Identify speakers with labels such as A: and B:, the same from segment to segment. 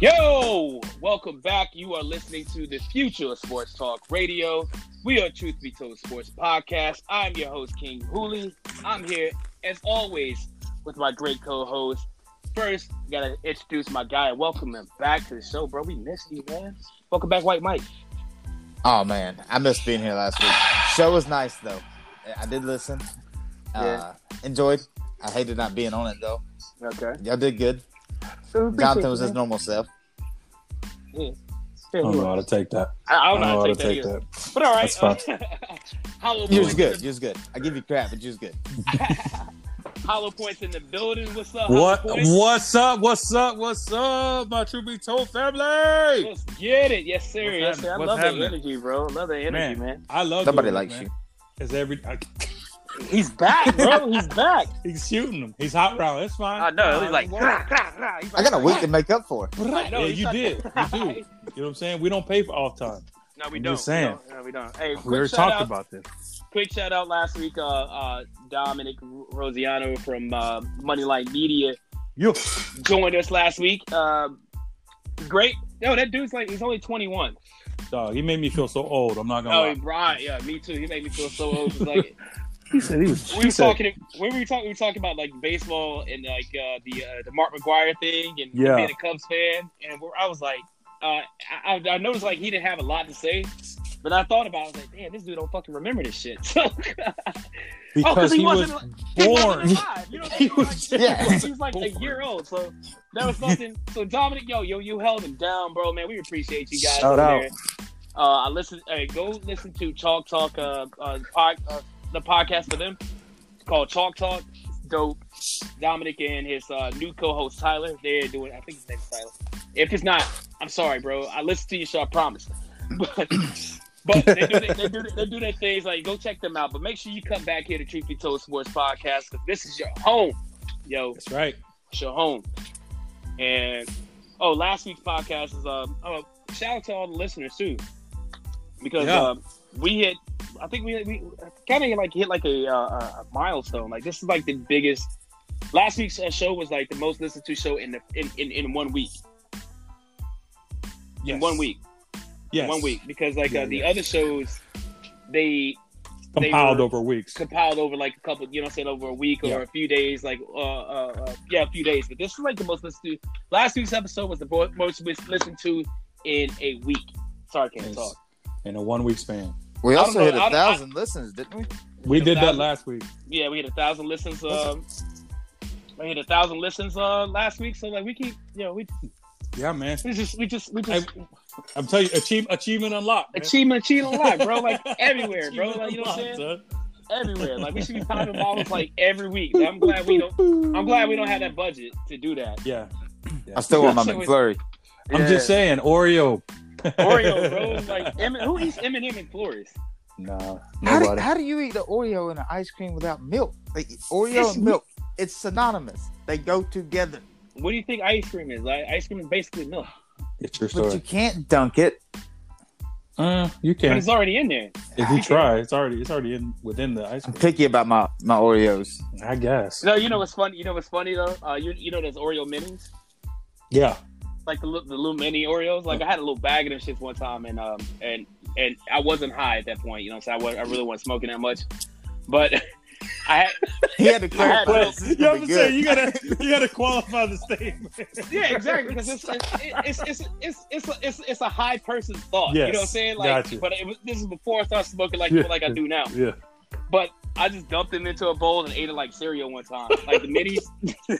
A: Yo, welcome back. You are listening to the future of sports talk radio. We are Truth Be Told Sports Podcast. I'm your host, King Hooley. I'm here, as always, with my great co host. First, gotta introduce my guy. Welcome him back to the show, bro. We missed you, man. Welcome back, White Mike.
B: Oh man, I missed being here last week. Show was nice though. I did listen. Uh, enjoyed. I hated not being on it though.
A: Okay.
B: Y'all did good. Jonathan was his normal self.
A: Yeah.
C: I don't know how to take that.
A: I, I
C: I
A: don't know how to take that, either. But all right.
C: That's fine.
A: Hollow
B: You
A: points-
B: was good. You was good. I give you crap, but you was good.
A: Hollow points in the building. What's up? hollow
C: What?
A: points?
C: What's up? What's up? What's up, my true be told family?
A: Let's get it. Yes, sir.
C: What's
A: Yes, sir. I
C: happening? What's
A: love
C: happening?
A: the energy, bro. Love the energy, man.
C: I love
B: Somebody
C: doing
B: likes
C: this,
B: you.
C: man. Is every I,
A: He's back, bro. He's back.
C: he's shooting him. He's hot round. It's fine.
A: I know. He's like,
C: What?
A: "Grah, grah, grah." He's
B: I got a
A: like,
B: week to make up for.
A: I know,
C: yeah,
A: he's
C: you
A: like-
C: did. You do. You know what I'm saying? We don't pay for off time.
A: No, we
C: I'm
A: don't.
C: just saying.
A: No, no, we don't. Hey, quick
C: We already
A: shout
C: talked
A: out,
C: about this.
A: Quick shout out last week, uh, uh, Dominic Rosiano from uh, Moneyline Media
C: You
A: joined us last week. Uh, great. No, that dude's like he's only 21.
C: dog. He made me feel so old. I'm not gonna.
A: Oh,
C: lie.
A: right. Yeah, me too. He made me feel so old. 'cause, Like
C: He said he was.
A: we were talking when we were talking we were talking about like baseball and like uh, the uh, the Mark McGuire thing and
C: Yeah.
A: being a Cubs fan and where I was like uh, I, I I noticed like he didn't have a lot to say but I thought about it, I was like damn this dude don't fucking remember this shit so Oh,
C: because
A: 'cause he
C: he, was
A: wasn't-
C: born.
A: he wasn't alive. You know what I'm
C: He
A: saying?
C: was-
A: Like,
B: yeah.
A: he was- he was like a
C: Born.
A: year old so that was something so Dominic yo yo you held him down bro man we appreciate you guys
C: Shout
A: over
C: out.
A: there. Uh, I listen. Hey, go listen to Chalk Talk, uh, uh, pod, uh, the podcast for them. It's called Chalk Talk. It's dope. Dominic and his uh, new co-host Tyler, they're doing. I think his name's Tyler. If it's not, I'm sorry, bro. I listen to you, so I promise. But, but they, do, their- they, do, their- they do their things. Like, go check them out. But make sure you come back here to Truth Be Told Sports Podcast because this is your home, yo.
C: That's right.
A: It's your home. And oh, last week's podcast is um oh, shout out to all the listeners too, because
C: Yeah.
A: um, we hit. I think we we kind of like hit like a, uh, a milestone. Like this is like the biggest. Last week's uh, show was like the most listened to show in the in, in, in one week. In
C: Yes.
A: one week. in
C: Yes.
A: One week because like
C: Yeah,
A: uh, the
C: yes.
A: other shows, they
C: Compiled
A: were-
C: over weeks.
A: compiled over like a couple, you know, what I'm saying over a week or
C: Yeah.
A: a few days, like uh, uh, uh, yeah, a few days. But this is like the most listened to. Last week's episode was the bo- most lis- listened to in a week. Sorry, I can't
C: Yes.
A: talk.
C: in a one week span.
B: We
A: I
B: also
A: don't know.
B: hit
A: I
B: a
A: don't- I-
B: thousand listens, didn't we?
C: We did that
A: Thousand-
C: last week.
A: Yeah, we hit a thousand listens. Um, we hit a thousand listens uh, last week, so like we keep, you know, we,
C: Yeah, man.
A: we just, we just, we just
C: I'm telling you, achieve, achievement unlocked. man.
A: achievement, achievement a lot, bro. Like everywhere, bro.
C: Achievement
A: Like you know what I'm
C: unlocked,
A: saying?
C: son.
A: Everywhere. Like we should be popping bottles like every week. I'm glad we don't. I'm glad we don't have that budget to do that.
C: Yeah.
B: I still want my
A: So we-
B: McFlurry.
C: I'm just
A: Yeah.
C: saying, Oreo.
A: Oreo, bro. Like Em- who eats Eminem and Flores?
C: Nah,
B: How do,
C: nobody.
B: how do you eat an Oreo and an ice cream without milk? Like Oreo
A: It's-
B: and milk, it's synonymous. They go together.
A: What do you think ice cream is? Like ice cream is basically milk,
C: it's your
B: But you
C: story.
B: can't dunk it.
C: You, uh, you
A: but
C: can
A: it's already in there.
C: if you try. It's already it's already in within the ice
B: I'm
C: cream.
B: picky about my, my Oreos.
C: I guess.
A: No, you know what's funny? You know what's funny though? Uh, you you know those Oreo minis,
C: Yeah.
A: like the li- the little mini Oreos. Like I had a little bag of them shits one time, and um and and I wasn't high at that point. You know, so I was I really wasn't smoking that much, but I had
B: He had to
A: had
B: clarify.
A: milk.
B: this is gonna be good.
C: gotta you gotta qualify the statement.
A: yeah exactly because it's it's it's it's it's it's a, it's, it's a high person's thought. You
C: Yes,
A: know what I'm saying? Like,
C: gotcha.
A: but it was, this is before I started smoking like
C: Yeah.
A: like I do now.
C: Yeah.
A: But I just dumped them into a bowl and ate it like cereal one time, like the minis.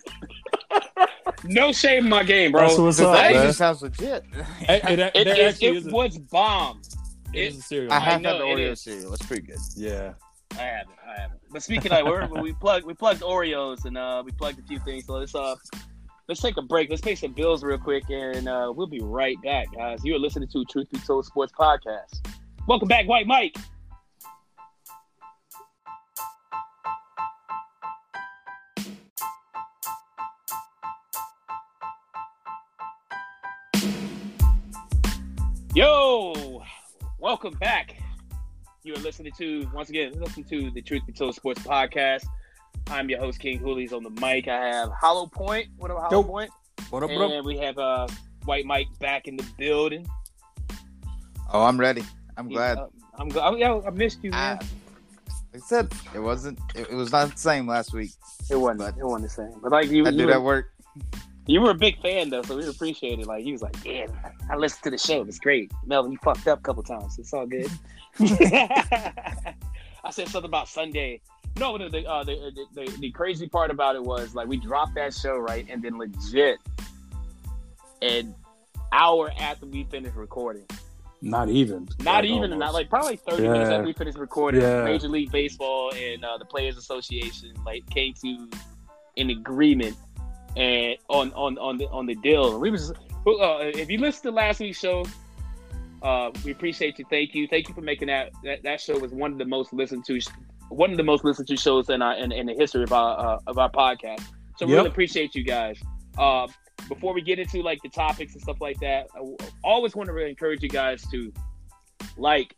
A: no shame in my game, bro.
C: That's what's
B: This
C: up,
A: Hey,
C: man.
B: actually sounds legit.
C: Hey,
A: it,
C: it, there
A: it-
C: actually
A: it
C: is a,
A: was bomb.
C: it is a cereal.
B: I have
A: know,
B: had the
A: it
B: Oreo
A: is.
B: cereal. It's pretty good.
C: yeah.
A: I haven't. I haven't. But speaking of, we're, we plugged we plugged Oreos and uh, we plugged a few things. So let's uh let's take a break. Let's pay some bills real quick, and uh, we'll be right back, guys. You are listening to Truth Be Told Sports Podcast. Welcome back, White Mike. Yo, welcome back. You are listening to once again listening to the Truth Be Told Sports Podcast. I'm your host King Hoolies on the mic. I have Hollow Point. What about Hollow
C: Dope.
A: Point?
C: What
A: And we have uh White Mike back in the building.
B: Oh, I'm ready. I'm glad.
A: Yeah, I'm glad. Yeah, I missed you, man.
B: I, except it wasn't. It, it was not the same last week.
A: it wasn't.
B: but-
A: it wasn't the same. But like you,
B: I
A: you
B: do
A: were,
B: that work.
A: you were a big fan though, so we appreciate it. Like you was like, yeah, I listened to the show. It was great. Melvin, you fucked up a couple times. It's all good. I said something about Sunday. No, the the, uh, the, the the the crazy part about it was like we dropped that show right, and then legit an hour after we finished recording,
C: Not even.
A: not even not like probably 30 minutes
C: Yeah.
A: after we finished recording
C: Yeah.
A: major league baseball and uh, the players association like came to an agreement and on on on the on the deal we was uh, if you listened to last week's show uh, we appreciate you thank you thank you for making that, that that show was one of the most listened to sh- one of the most listened to shows in our in, in the history of our uh, of our podcast so we
C: Yep.
A: really appreciate you guys uh, before we get into like the topics and stuff like that, I w- always want to really encourage you guys to like,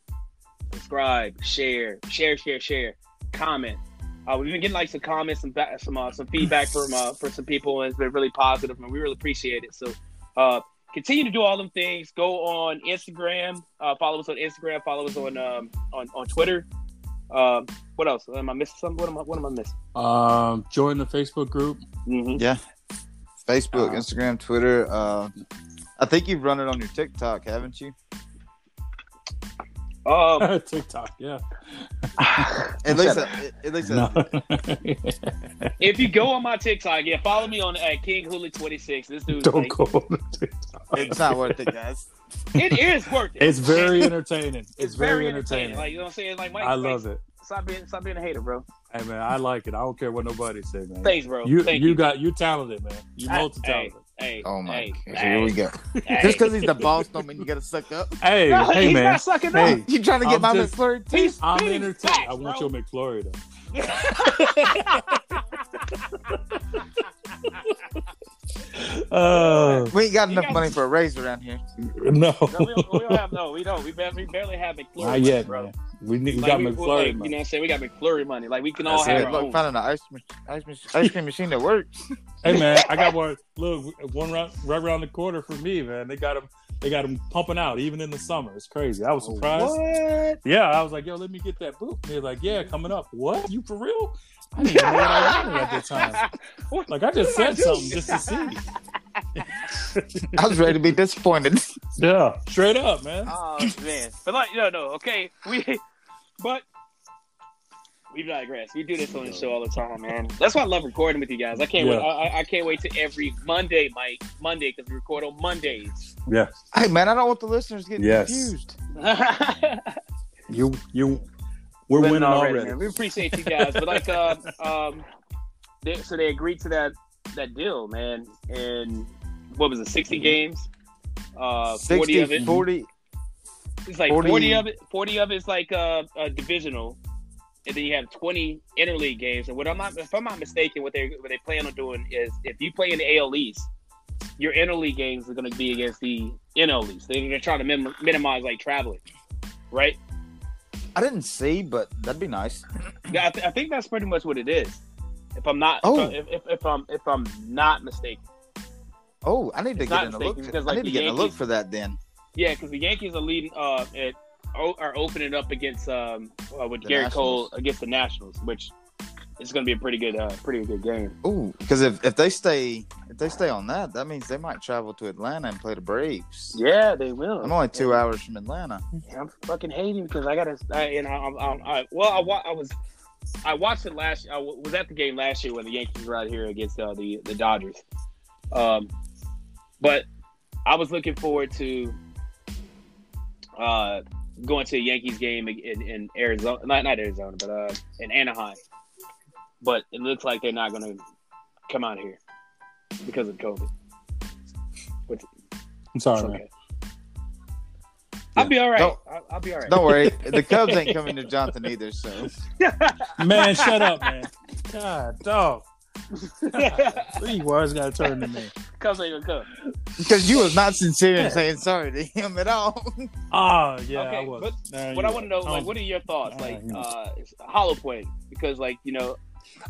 A: subscribe, share, share, share, share, comment. Uh, we've been getting like some comments, some ba- some uh, some feedback from uh, from some people, and it's been really positive, and we really appreciate it. So, uh, continue to do all them things. Go on Instagram, uh, follow us on Instagram, follow us on um, on on Twitter. Um, what else? Am I missing something? What am I what am I missing?
C: Um, join the Facebook group.
A: Mm-hmm.
B: Yeah. Facebook,
A: Uh,
B: Instagram, Twitter. Uh, I think you've run it on your TikTok, haven't you?
A: Um,
C: TikTok. Yeah.
B: At least,
A: Shut
B: I,
A: up.
B: at least,
C: No.
B: I,
A: If you go on my TikTok, yeah, follow me on at King Hula twenty six. This dude, like,
C: Don't go on TikTok.
B: it's not worth it, guys.
A: it is worth it.
C: It's very entertaining. It's, very entertaining.
A: Like you know what I'm saying? Like Mike,
C: I love it.
A: Stop being, stop being a hater, bro.
C: Hey man, I like it. I don't care what nobody say, man.
A: Thanks, bro.
C: you
A: Thank
C: you,
A: you.
C: got you talented, man. You
A: I-
C: multi talented.
A: Hey,
B: Oh my!
A: hey,
B: God. Here we
A: hey,
B: go.
A: hey.
B: Just because he's the boss don't mean you gotta suck up.
C: Hey,
A: No,
C: hey,
A: he's
C: man.
A: not sucking
C: Hey.
A: up.
B: You trying to get
C: I'm
B: my
C: just-
B: McFlurry too?
A: He's
C: I'm
A: spitting
C: entertained.
A: facts,
C: I want
A: bro.
C: your McFlurry though. Oh
B: We ain't got
A: You
B: enough
A: got-
B: money for a raise around here.
C: no,
A: no, we don't, we don't have no. We don't. We barely, we barely have McFlurry.
C: not yet,
A: money,
C: bro. We need we
A: Like,
C: got
A: we-
C: McFlurry,
A: like, You
C: man.
A: know what I'm saying? We got McFlurry money. Like we can all
C: That's
A: have
C: it.
A: our
B: Good luck
A: own.
B: finding an ice, mach- ice, mach- ice cream machine that works.
C: Hey man, I got one. Look, one round, right around the corner for me, man. They got them. They got them pumping out even in the summer. It's crazy. I was surprised.
A: Oh, What?
C: Yeah, I was like, yo, let me get that boot. And they're like, yeah, coming up. What? You for real? I didn't even know what I wanted at that time.
A: What?
C: Like I just
A: What
C: said
A: did I do?
C: something just to see.
B: I was ready to be disappointed.
C: Yeah, straight up, man.
A: Oh man, but like no, no, okay, we, but we digress. We do this on the show all the time, man. That's why I love recording with you guys. I can't wait.
C: Yeah.
A: I, I- I can't wait to every Monday, Mike. Monday because we record on Mondays.
C: Yeah,
B: hey man, I don't want the listeners getting
C: Yes.
B: confused.
C: you you we're winning, already.
A: man. We appreciate you guys, but like, uh, um, they, so they agreed to that that deal, man. And what was it, sixty
C: Mm-hmm.
A: games? Uh, 40
B: 60,
A: of it.
B: 40
A: It's like 40,
B: 40
A: of it. Forty of it's like uh, uh, divisional, and then you have twenty interleague games. And what I'm not, if I'm not mistaken, what they what they plan on doing is if you play in the AL East, your interleague games are going to be against the NL East. They're, they're trying to minim- minimize like traveling, right?
B: I didn't see, but that'd be nice.
A: Yeah, I, th- I think that's pretty much what it is. If I'm not,
B: Oh.
A: if, if, if I'm if I'm not mistaken,
B: Oh, I need to
A: It's
B: get
A: not
B: in a look.
A: mistaken
B: For,
A: because,
B: I
A: like,
B: need to
A: the
B: get in a look
A: Yankees-
B: for that then.
A: yeah, because the Yankees are leading uh at o- are opening up against um uh, with
B: The
A: Garrett
B: Nationals.
A: Cole against the Nationals, which is going to be a pretty good uh pretty good game.
B: Ooh, because if, if they stay if they stay on that, that means they might travel to Atlanta and play the Braves.
A: Yeah, they will.
B: I'm only two hours from Atlanta.
A: I'm fucking hating because I gotta. I, and I, I'm, I'm, I well, I, wa- I was, I watched it last. I w- was at the game last year when the Yankees were out here against uh, the the Dodgers. Um, but I was looking forward to uh going to a Yankees game in, in, in Arizona, not not Arizona, but uh in Anaheim. But it looks like they're not gonna come out here because of COVID.
C: I'm
A: It's
C: sorry, man.
A: okay. I'll be all right.
B: Don't-
A: I'll, I'll be all right.
B: Don't worry, the Cubs ain't coming to Johnson either. So
C: Man, shut up, man. God, dog. Three words got to turn to me.
A: Cubs ain't gonna come.
B: because you was not sincere in saying sorry to him at all.
C: Oh, yeah,
A: Okay,
C: I was. Nah,
A: What
C: you
A: I want to know,
C: right.
A: like,
C: Um,
A: what are your thoughts,
C: uh,
A: like,
C: yeah.
A: uh, hollow point? Because, like, you know,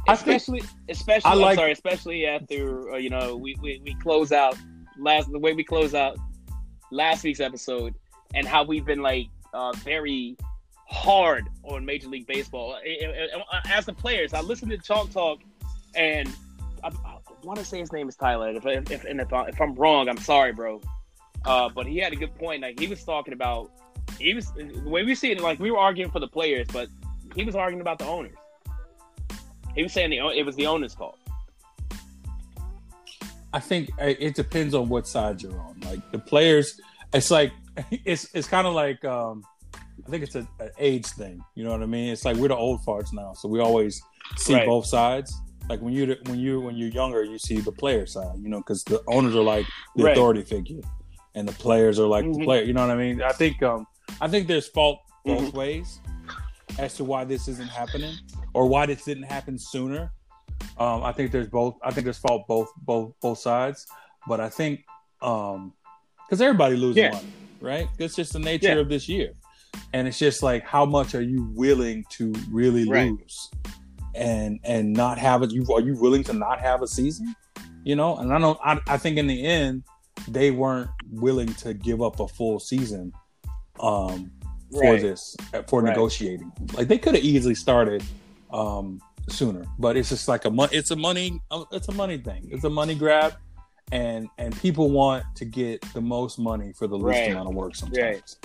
C: I think-
A: especially, especially,
C: I
A: I am
C: like-
A: sorry, especially after uh, you know we, we we close out last the way we close out last week's episode and how we've been like uh, very hard on Major League Baseball. I- I- I- As the players, I listened to Chalk Talk, and I, I want to say his name is Tyler. and If, if, if, and if, I, if I'm wrong, I'm sorry, bro. Uh, but he had a good point. Like he was talking about, he was the way we see it. Like we were arguing for the players, but he was arguing about the owners. He was saying the, o- it was the owners' fault.
C: I think uh, it depends on what side you're on. Like the players, it's like it's it's kind of like um, I think it's a, an age thing. You know what I mean? It's like we're the old farts now, so we always see
A: Right.
C: both sides. Like when you are when you when you're younger, you see the player side, you know, because the owners are like the
A: Right.
C: authority figure, and the players are like
A: Mhm.
C: the player. You know what I mean? I think um, I think there's fault
A: Mm-hmm.
C: both ways as to why this isn't happening or why this didn't happen sooner. Um, I think there's both. I think there's fault both both both sides, but I think because everybody loses
A: Yeah.
C: money, right? That's just the nature
A: Yeah.
C: of this year, and it's just like how much are you willing to really
A: Right.
C: lose, and and not have it. You are you willing to not have a season, you know? And I don't. I, I think in the end, they weren't willing to give up a full season um, for
A: Right.
C: this uh, for
A: Right.
C: negotiating. Like they could have easily started um, sooner, but it's just like a mon- it's a money um, it's a money thing. It's a money grab, and and people want to get the most money for the least
A: Right.
C: amount of work sometimes.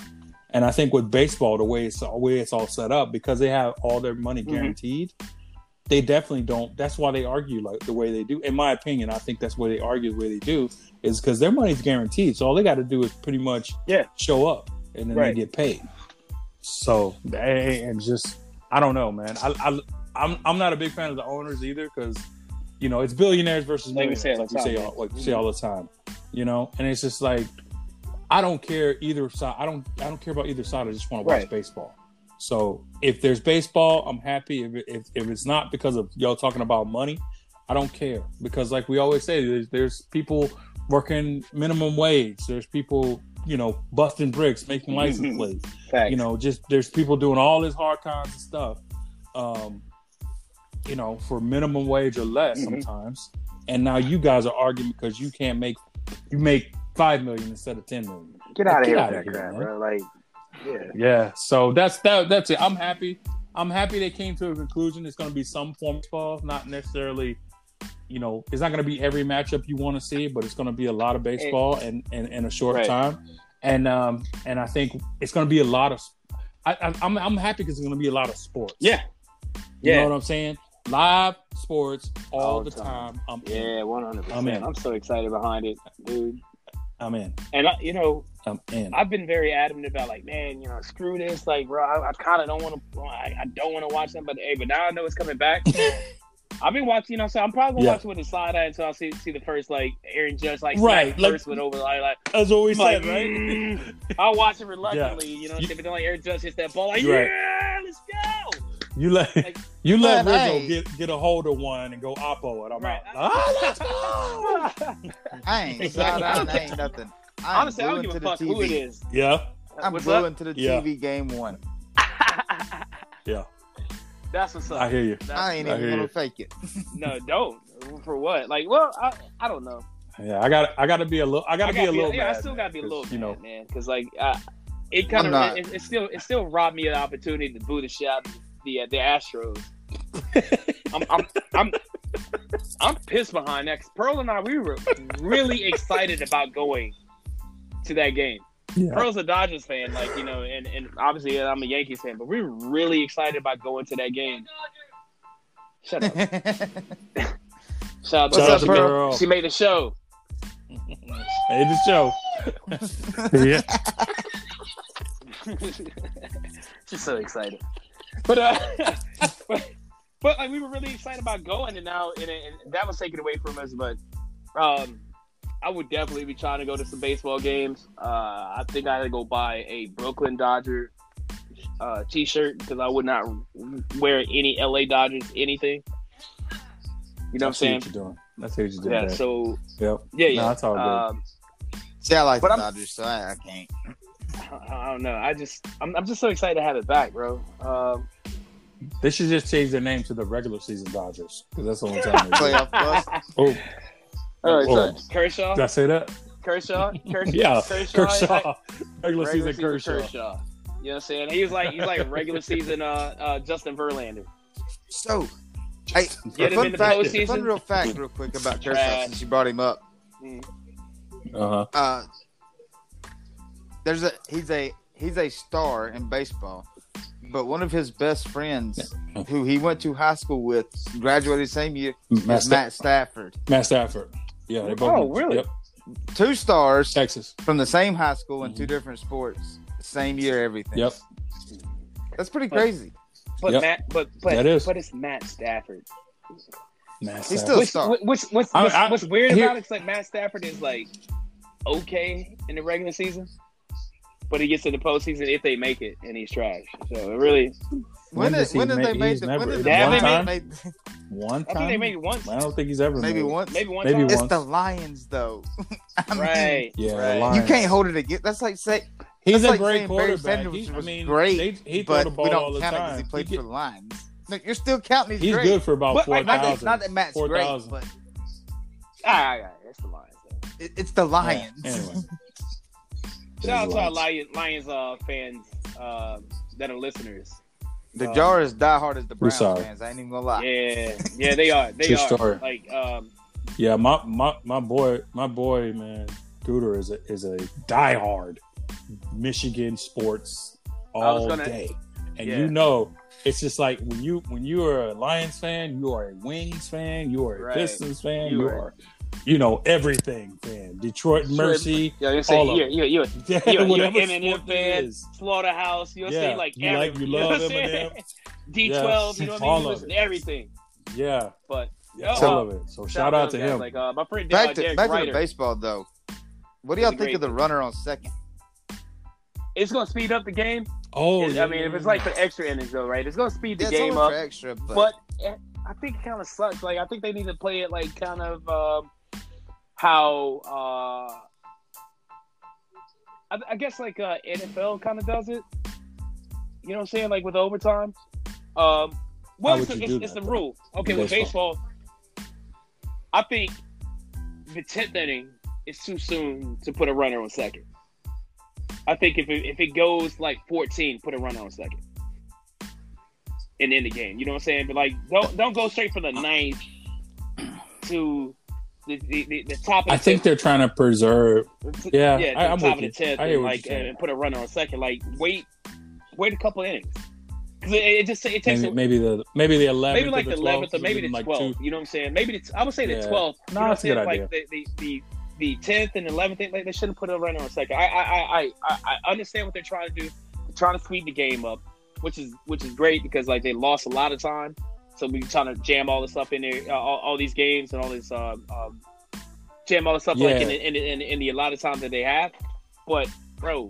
C: And I think with baseball, the way it's the way it's all set up, because they have all their money
A: Mhm.
C: guaranteed, they definitely don't. That's why they argue like the way they do. In my opinion, I think that's why they argue the way they do is because their money's guaranteed. So all they got to do is pretty much
A: Yeah.
C: show up and then
A: Right.
C: they get paid. So they- and just I don't know, man. I, I I'm I'm not a big fan of the owners either because you know it's billionaires versus
A: Like we
C: millionaires,
A: say all
C: like
A: the
C: we say
A: time,
C: all,
A: man. Mm-hmm.
C: like we say all the time, you know. And it's just like I don't care either side. I don't I don't care about either side. I just want to watch
A: Right.
C: baseball. So if there's baseball, I'm happy. If, it- if if it's not because of y'all talking about money, I don't care because like we always say, there's, there's people working minimum wage. There's people you know busting bricks, making license plates
A: Facts.
C: you know just there's people doing all this hard kinds of stuff um you know for minimum wage or less
A: Mhm.
C: sometimes and now you guys are arguing because you can't make you make five million instead of ten million
D: Get out of
C: Get
D: here with
C: outta
D: that
C: here,
D: crap,
C: man.
D: bro. Like, yeah.
C: yeah so that's that that's it i'm happy i'm happy they came to a conclusion it's going to be some form of baseball, not necessarily you know it's not going to be every matchup you want to see but it's going to be a lot of baseball and in, in, a short
A: Right.
C: time and um and i think it's going to be a lot of I, I, I'm, I'm happy because it's going to be a lot of sports
A: yeah,
C: You
A: yeah.
C: know what I'm saying? Live sports all,
D: All
C: the
D: the
C: time. I'm in.
D: Yeah, 100%.
C: I'm in.
D: I'm so excited behind it, dude.
C: I'm in.
A: and I, you know,
C: I'm in.
A: I've been very adamant about like, man, you know, screw this. Like, bro, I, I kind of don't want to. I, I don't want to watch them, but hey, but now I know it's coming back. I've been watching. You know, so I'm probably gonna
C: Yeah.
A: watch it with a side eye until I see see the first like Aaron Judge like
C: Right,
A: smack
C: like-
A: first with over like like.
C: That's what we
A: I'm like, mm. I'll watch it reluctantly. You know,
C: You-
A: if it's only Aaron Judge hits that ball, like
C: Right.
A: yeah, let's go.
C: You let
A: Like-
C: you let
B: Man, I
C: Rizzo
B: ain't-
C: get get a hold of one and go oppo, and I'm
A: Right.
C: out. Ah, let's go!
B: I ain't shout out. I ain't nothing. I'm
A: Honestly, I don't give a fuck who it is.
C: yeah,
B: I'm
A: What's
B: gluing
A: up?
B: to the
C: Yeah.
B: TV game one.
A: That's what's up.
C: I hear you.
A: That's
B: I ain't
C: I
B: even
C: hear
B: gonna
C: you.
B: fake it.
A: No, don't. For what? Like, well, I, I don't know.
C: Yeah, I got to I got to be a little. I got to be a
A: gotta
C: little.
A: Yeah, I
C: mad,
A: still
C: man,
A: gotta be a
C: 'cause,
A: little.
C: You know,
A: man, because like uh, it kind
B: I'm
A: of
B: not.
A: it, it still it still robbed me of the opportunity to boo the shit out of the uh, the Astros. I'm, I'm I'm I'm pissed behind that. 'cause Pearl and I we were really excited about going to that game.
C: yeah.
A: Pearl's a Dodgers fan, like you know, and and obviously I'm a Yankees fan, but we were really excited about going to that game. Shut up. Shout out to
C: Shout out to
A: Pearl.
C: Pearl.
A: She made the show.
C: Hey, the show. yeah,
A: She's so excited. But uh, but, but like, we were really excited about going, and now and, and that was taken away from us. But um, I would definitely be trying to go to some baseball games. Uh, I think I had to go buy a Brooklyn Dodger uh, T-shirt because I would not wear any LA Dodgers anything. You know what
C: I
A: I'm
C: see
A: saying?
C: what you're doing. I see what you're doing.
A: Yeah.
C: there.
A: So
C: yep.
A: yeah,
C: No,
A: yeah.
C: that's all good.
A: Um,
B: See, I like
A: But
B: the
A: I'm-
B: Dodgers, so I, I can't.
A: I I don't know. I just I'm, I'm just so excited to have it back, bro. Um,
C: They should just change their name to the regular season Dodgers because that's the only time. they do.
B: Playoff bust.
C: oh,
A: all right,
C: Whoa.
A: so Kershaw.
C: did I say that?
A: Kershaw, Kershaw,
C: Yeah,
A: Kershaw, like,
C: Kershaw, regular
A: regular
C: season Kershaw.
A: You know what I'm saying? He was like he's like regular season uh, uh Justin Verlander.
B: So, hey,
A: Get him
B: fun
A: in the
B: fact,
A: postseason.
B: fun real fact, real quick about Kershaw
A: Trash.
B: since you brought him up.
C: Uh huh.
B: Uh, there's a he's a he's a star in baseball, but one of his best friends, who he went to high school with, graduated the same year,
C: Matt,
B: is
C: Sta-
B: Matt Stafford.
C: Matt Stafford. Yeah, they both.
A: Oh, really?
C: Yep.
B: Two stars
C: Texas.
B: from the same high school in two
C: Mhm.
B: different sports, same year, everything.
C: Yep.
B: That's pretty crazy.
A: But
C: Yep.
A: Matt, but but
C: That is.
A: but it's Matt Stafford.
C: Matt
B: He's
C: Stafford.
B: still a
A: Which,
B: star.
A: which, which, what's,
C: I-
A: what's,
C: I-
A: what's weird
C: here-
A: about it is like Matt Stafford is like okay in the regular season, but he gets to the postseason if they make it, and he's trash. So it really,
B: When,
C: When
B: did,
C: does he
B: when did
C: make-
B: they make
C: he's
B: the,
C: never-
B: when
C: is
B: did
A: it
B: the
A: one
B: Lions
C: time?
B: make-
C: one
A: I
C: time.
A: think they made it once,
C: I don't think he's ever
B: maybe
C: made it.
B: once?
A: maybe one
C: Maybe
A: time.
B: It's
C: once.
B: the Lions, though. I mean,
A: Right.
C: Yeah, the
A: Right.
C: Lions.
B: You can't hold it against. That's like say
C: He's
B: That's
C: a
B: like
C: great
B: saying Barry
C: quarterback.
B: Sanders
C: He, I
B: was
C: mean,
B: great,
C: They, he threw
B: but
C: the
B: we
C: ball
B: don't
C: all the
B: count it because
C: time.
B: he played
C: He
B: for
C: get-
B: the Lions. No, you're still counting. He's,
C: he's
B: great.
C: good for about
A: But,
C: four
A: like,
B: Not that,
C: thousand.
B: not that Matt's great,
C: 4,000.
B: but
A: All right, all right, that's Ah, the Lions.
B: it, it's the Lions.
C: Anyway.
A: Shout out to our
C: Lions.
A: Lions, Lions uh, fans uh, that are listeners.
B: the
A: Uh,
B: jar is diehard as the Browns
C: sorry.
B: fans. I ain't even gonna lie.
A: Yeah, yeah, they are. They
C: True
A: are.
C: story.
A: Like, um,
C: Yeah, my, my my boy, my boy, man, Gooter is a is a diehard Michigan sports all
A: gonna-
C: day, and
A: yeah.
C: you know, it's just like when you when you are a Lions fan, you are a Wings fan, you are a
A: Right.
C: Pistons fan,
A: You
C: you,
A: are-
C: are, you know, everything fan. Detroit Mercy,
A: yeah, you say
C: all of
A: you, you, you,
C: yeah,
A: you're an
C: whatever
A: M&M
C: sport it
A: fan.
C: is.
A: slaughterhouse. You know,
C: Yeah,
A: say like
C: you like you
A: every- know
C: love
A: what I'm saying?
C: Eminem.
A: D twelve. You know what I mean?
C: all
A: You
C: of
A: listen to
C: it.
A: everything.
C: Yeah,
A: But
C: yeah,
A: Oh,
C: all of it. So shout out
A: those
C: to
A: guys.
C: him.
A: Like uh, my friend uh,
B: Back to
A: Derek
B: back to
A: Ryder.
B: the baseball though. What do
A: He's
B: y'all
A: a
B: think
A: great-
B: of the runner on second?
A: It's gonna speed up the game.
C: Oh,
A: I mean, if it's like for extra innings though, right? It's gonna speed the
B: Yeah, it's
A: game
B: only
A: up.
B: for extra, but,
A: but eh, I think it kind of sucks. Like I think they need to play it like kind of um, how uh, I, I guess like uh, NFL kind of does it. You know what I'm saying? Like with overtime. Um, well,
C: How
A: it's,
C: would
A: the-
C: you
A: it's,
C: do
A: it's the
C: that, though?
A: rule. Okay,
C: In
A: with baseball, I think the tenth inning is too soon to put a runner on second. I think if it, if it goes like 14, put a runner on second and end the game. You know what I'm saying? But like, don't don't go straight from the ninth to the the, the, the top. Of the
C: I think they're trying to preserve.
A: tenth-
C: Yeah,
A: yeah, to
C: I,
A: the
C: I'm
A: top
C: with
A: of
C: you.
A: the tenth,
C: I hear
A: and
C: what you're
A: like
C: saying.
A: and put a runner on second. Like, wait, wait a couple innings because it, it just it takes
C: maybe,
A: a,
C: maybe the maybe the eleventh,
A: maybe like the eleventh or maybe the
C: like
A: twelfth. you know what I'm saying? Maybe the, I would say the
C: Yeah.
A: twelfth.
C: No,
A: you know
C: that's a
A: what I'm
C: good
A: saying? Like the the the the tenth and eleventh. Like they should have put a runner on second. I I I I- I, I understand what they're trying to do, They're trying to speed the game up, which is which is great because like they lost a lot of time. So we trying to jam all this stuff in there, uh, all, all these games and all this um, um, jam all this stuff like in,
C: Yeah.
A: the- in, the- in, the- in the lot of time that they have. But bro,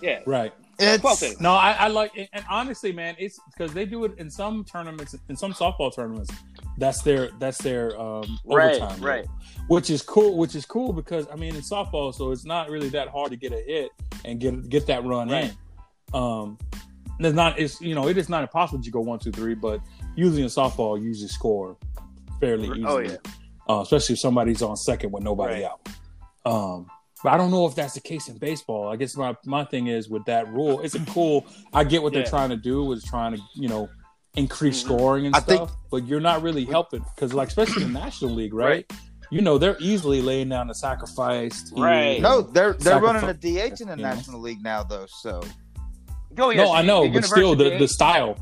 A: yeah,
C: Right.
A: Twelfth inning.
B: it's
C: No, I, I like and honestly, man, it's because they do it in some tournaments, in some softball tournaments. That's their that's their um,
A: Right,
C: overtime,
A: right.
C: rule, Which is cool. Which is cool because I mean, in softball, so it's not really that hard to get a hit and get get that run
A: Right.
C: in. Um, it's not. It's you know, it is not impossible to go one, two, three, but usually in softball, you usually score fairly easily.
A: Oh, yeah.
C: Uh, especially if somebody's on second with nobody
A: Right.
C: out. Um, but I don't know if that's the case in baseball. I guess my, my thing is with that rule, it's a cool. I get what
A: Yeah.
C: they're trying to do was trying to you know increase
A: Mhm.
C: scoring and
B: I think-
C: stuff, but you're not really helping because like especially in the National League, right? You know they're easily laying down the sacrifice. to-
A: Right.
B: no, they're they're
C: Sacrifice-
B: running a DH in the
C: you know?
B: National League now though, so
A: Oh, yeah,
C: no, I know,
A: the
C: but still the,
A: university-
C: the style,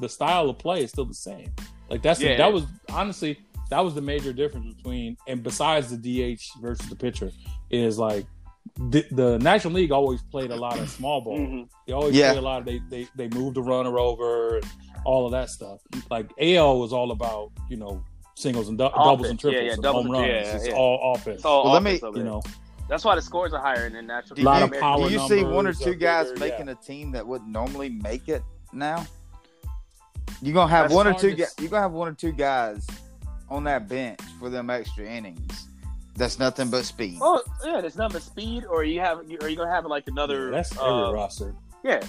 C: the style of play is still the same. Like that's
A: Yeah.
C: the, that was honestly that was the major difference between and besides the DH versus the pitcher is like the, the National League always played a lot of small ball.
A: Mhm.
C: They always
B: Yeah.
C: played a lot of they they they moved the runner over and all of that stuff. Like AL was all about you know singles and dou- doubles and
A: Offense. Yeah,
C: triples
A: yeah,
C: and
A: doubles,
C: home runs.
A: yeah,
C: it's
A: yeah.
C: all offense.
A: It's all
B: Well, let
A: offense
B: me-
A: over
C: you
A: there.
C: know,
A: That's why the scores are higher in the natural.
B: do you,
C: Lot of
A: American-
C: power
B: do you see one or
C: numbers
B: two
C: up
B: guys
C: there, yeah.
B: making a team that wouldn't normally make it now? You're gonna have
C: That's
B: one or
C: hard
B: two
C: to
B: guys
C: s-
B: you're gonna have one or two guys on that bench for them extra innings. That's nothing but speed.
A: Oh yeah, there's nothing but speed, or you have, you- or you gonna have like another.
C: yeah, that's
A: uh,
C: every roster.
A: yeah.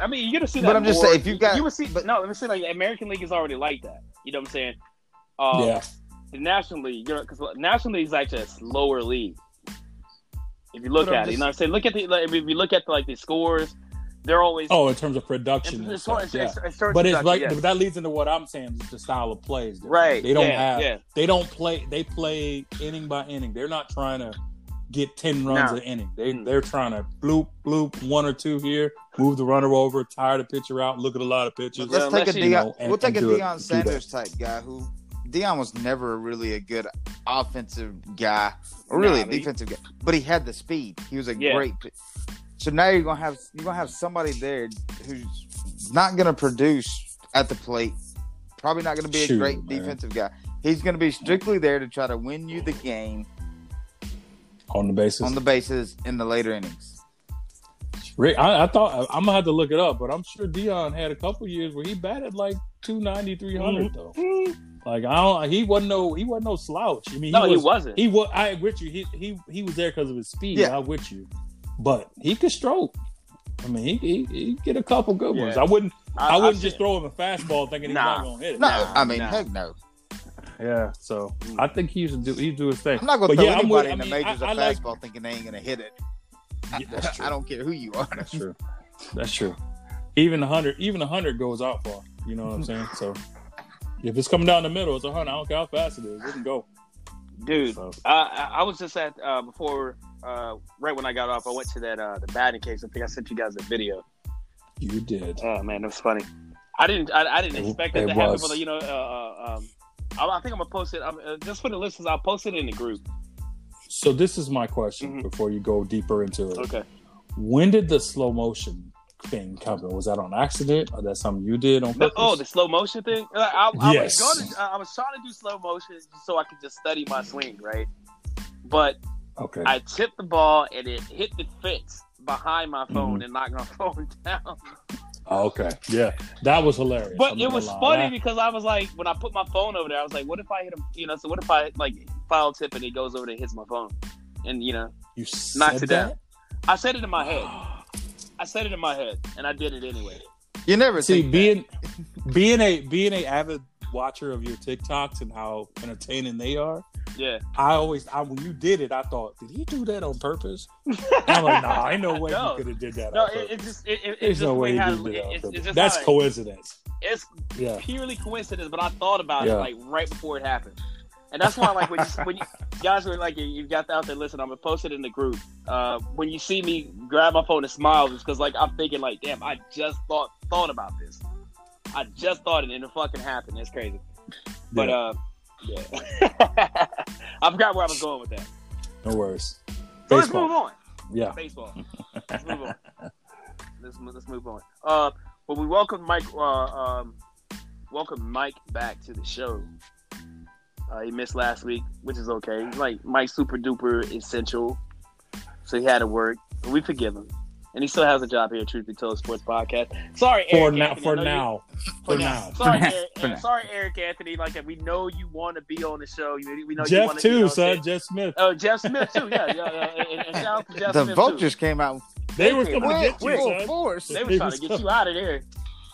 A: I mean, you're gonna see that.
B: But I'm just
A: more.
B: saying, if you've got-
A: you would see,
B: but-
A: no, let me say like the American League is already like that. You know what I'm saying? Um,
C: yeah,
A: the National League, you're because National League is like just lower league. If you look
B: But I'm
A: at it, you know what I'm saying. Look at the like, if you look at like the scores, they're always
C: Oh, in terms of production, and
A: it's-
C: stuff,
A: it's-
C: yeah.
A: it's- it's certain
C: but it's
A: production,
C: like
A: yeah.
C: but that leads into what I'm saying is the style of plays.
A: right.
C: They don't
A: yeah,
C: have-
A: yeah.
C: They don't play. They play inning by inning. They're not trying to get ten runs
A: No.
C: an inning. They
A: Mm.
C: they're trying to bloop bloop one or two here, move the runner over, tire the pitcher out, look at a lot of pitches.
A: But
B: Let's
A: Yeah,
B: take a
A: unless you
B: Deion.
C: know, and-
B: we'll take
C: and
B: a
C: do it-
B: Deion
C: do
B: Sanders type guy who Deion was never really a good offensive guy or really
A: Nah,
B: a
A: but he-
B: defensive guy, but he had the speed. He was a
A: Yeah.
B: great. p- So now you're gonna have you're gonna have somebody there who's not gonna produce at the plate. Probably not gonna be a
C: Shoot,
B: great
C: man.
B: defensive guy. He's gonna be strictly there to try to win you the game
C: on the basis.
B: on the bases in the later innings.
C: Rick, I, I thought I, am gonna have to look it up, but I'm sure Dion had a couple years where he batted like 290,
A: Mm-hmm.
C: 300 though. Like I don't, he wasn't no he wasn't no slouch. I mean, he
A: No, he
C: was,
A: wasn't.
C: he was. I agree with you. He he he was there because of his speed.
B: Yeah.
C: I'm with you, but he could stroke. I mean, he he he'd get a couple good ones.
A: Yeah.
C: I wouldn't I,
A: I've
C: wouldn't
A: seen-
C: just throw him a fastball thinking he's
A: Nah.
C: not gonna hit it.
B: No,
A: Nah,
B: I mean
A: nah.
B: heck no.
C: Yeah, so I think he used to do he do his thing.
B: I'm not gonna
C: But
B: throw
C: yeah, I'm
B: anybody
C: with-
B: in the
C: I mean,
B: majors
C: I- I
B: a
C: like-
B: fastball thinking they ain't gonna hit it.
C: Yeah, that's true.
B: I don't care who you are.
C: That's true. That's true. Even a hundred, even a hundred goes out far. You know what I'm saying? So if it's coming down the middle, it's a hundred. I don't care how fast it is, it can go.
A: Dude,
C: So,
A: I, I I was just at uh, before uh, right when I got off, I went to that uh, the batting cage. I think I sent you guys a video.
C: you did.
A: Oh man, that was funny. I didn't I, I didn't
C: It-
A: expect that
C: it
A: to happen,
C: was.
A: but you know, uh, uh, um, I, I think I'm gonna post it. I'm, uh, just for the listeners, I'll post it in the group.
C: So this is my question
A: Mhm.
C: before you go deeper into it.
A: Okay.
C: When did the slow motion thing come? Was that on accident, or that something you did on
A: No,
C: purpose?
A: oh, the slow motion thing. Uh, I, I
C: Yes.
A: was going to, I was trying to do slow motion so I could just study my swing, right? But
C: okay.
A: I tipped the ball and it hit the fence behind my phone
C: Mm-hmm.
A: and knocked my phone down.
C: Oh, okay. Yeah, that was hilarious.
A: But
C: I'm
A: it
C: not
A: was
C: gonna lie.
A: funny because I was like, when I put my phone over there, I was like, what if I hit him? You know, so what if I like file tip and it goes over there and hits my phone? And you know,
C: you said
A: knocked it down.
C: that?
A: I said it in my head. I said it in my head, and I did it anyway.
B: You never
C: See,
B: think that.
C: being being a being a avid watcher of your TikToks and how entertaining they are.
A: Yeah,
C: I always, I, when you did it, I thought, did he do that on purpose? I'm like, nah, ain't no way
A: No.
C: he could have did that.
A: no,
C: on
A: it,
C: purpose.
A: it just it, it, it's
C: There's
A: just the
C: no way he
A: how
C: did
A: it,
C: that on
A: it's, it's
C: purpose.
A: just
C: That's
A: how it-
C: coincidence.
A: it's
C: Yeah,
A: purely coincidence, but I thought about
C: Yeah.
A: it like right before it happened, and that's why like when you, when you guys were like you, you got out there, listen, I'm gonna post it in the group. Uh, when you see me grab my phone and smile, it's because like I'm thinking like, damn, I just thought thought about this. I just thought it and it fucking happened. That's crazy. But
C: Yeah.
A: uh, yeah, I forgot where I was going with that.
C: no worries.
A: So let's
C: Baseball.
A: move on.
C: Yeah,
A: Baseball. Let's move on. Let's move, let's move on. Uh, but we welcome Mike. Uh, um, welcome Mike back to the show. Uh, he missed last week, which is okay. He's like Mike, super duper essential, so he had to work. But we forgive him, and he still has a job here. at Truth Be Told Sports Podcast. Sorry,
C: for
A: Eric
C: now,
A: Anthony,
C: for
A: I know you-
C: now, for now.
A: Sorry,
B: For now.
A: Eric,
B: For now.
A: sorry, Eric Anthony. Like we know you want to be on the show. You- We know you
C: Jeff
A: want to, you
C: too,
A: know,
C: son.
A: sit-
C: Jeff Smith.
A: Oh, Jeff Smith too. Yeah, yeah. yeah. And, and shout out to Jeff
B: the
A: Smith too.
B: vultures came out
C: They were
A: Hey,
C: coming to
B: with
C: get you,
B: full
C: son.
B: force.
A: They were trying to get you out of there.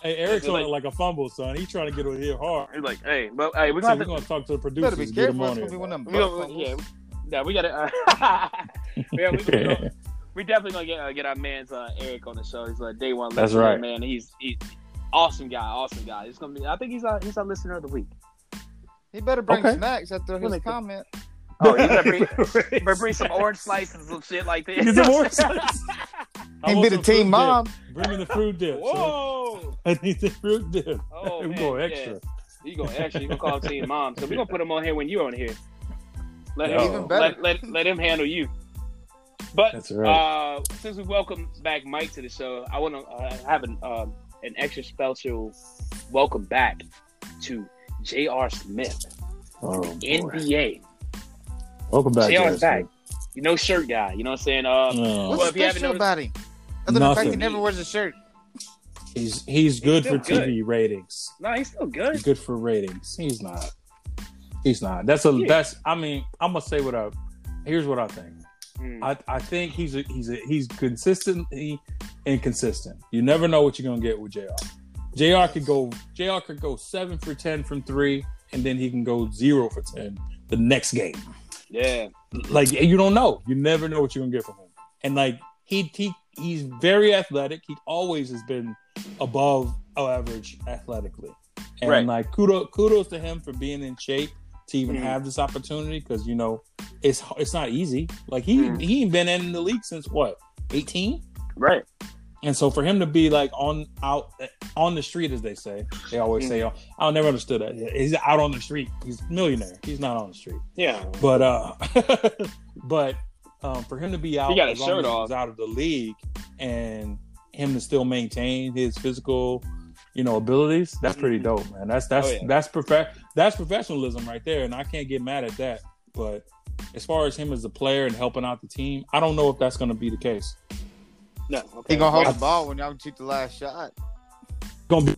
C: Hey, Eric's on it like a fumble, son. He's trying to get on here hard.
A: He's like, hey, well, hey, we're
C: So
A: gonna
C: we're
A: have to.
C: gonna talk to the producers.
B: Better be
C: and get him
B: careful. It's
C: on
B: gonna be
C: here.
B: one of them.
A: We gonna,
B: butt
A: yeah,
B: fumbles.
A: yeah, we gotta. Uh, yeah, we, we, gonna- we definitely gonna get, uh, get our man's uh, Eric on the show. He's a day one.
C: That's
A: listener,
C: right.
A: man. He's he's awesome guy, awesome guy. It's gonna be. I think he's our he's our listener of the week.
B: He better bring
C: Okay.
B: snacks after his
A: Really cool.
B: comment.
A: Oh, you better bring, better bring some orange slices and shit like that.
C: Get some orange slices. I
B: He
C: want
B: be the
C: some fruit
B: team
C: dip.
B: mom.
C: Bring in the fruit dip. son.
A: Whoa!
C: I need the fruit dip.
A: Oh
C: we
A: man,
C: go
A: yeah.
C: extra.
A: You gonna extra? You gonna call team mom? So we gonna put him on here when you're on here. Let
C: Yeah.
A: him,
B: Even better.
A: let, let let him handle you. But
C: That's right.
A: Uh, since we welcome back Mike to the show, I want to uh, have an um, an extra special welcome back to J.R. Smith,
C: oh, boy.
A: NBA.
C: Welcome back.
A: J.R.
C: Jason.
A: is back. You know, shirt guy. You know what I'm saying? Uh,
C: No.
A: Well,
B: What's
A: if you haven't
B: special
A: noticed-
B: about him? Other than the fact he
C: Nothing.
B: never wears a shirt.
C: He's he's good
A: still
C: for TV ratings.
A: no, he's still
C: He's
A: good.
C: good for ratings. He's not. He's not. That's a
A: Yeah.
C: that's. I mean, I'm gonna say what I. Here's what I think.
A: Mm.
C: I, I think he's a, he's a, he's consistently inconsistent. You never know what you're gonna get with Jr. Jr. could go Jr. could go seven for ten from three. and then he can go zero for ten the next game.
D: Yeah.
C: Like you don't know. You never know what you're gonna get from him. And like he he he's very athletic. He always has been above average athletically. And
A: Right.
C: like kudos kudos to him for being in shape to even
D: Mhm.
C: have this opportunity because you know it's it's not easy. Like he
D: Mhm.
C: he ain't been in the league since what eighteen.
A: Right.
C: And so for him to be like on out on the street, as they say, they always say, "Oh, I never understood that." He's out on the street. He's a millionaire. He's not on the street.
D: Yeah.
C: But uh, but um, for him to be out,
A: He got his
C: as long
A: shirt
C: as he
A: off.
C: was out of the league, and him to still maintain his physical, you know, abilities. That's pretty dope, man. That's that's
A: Oh, yeah.
C: that's perfect. That's professionalism right there, and I can't get mad at that. But as far as him as a player and helping out the team, I don't know if that's going to be the case.
D: No.
B: He
D: Okay.
B: gonna hold the ball when y'all shoot the last shot.
C: gonna be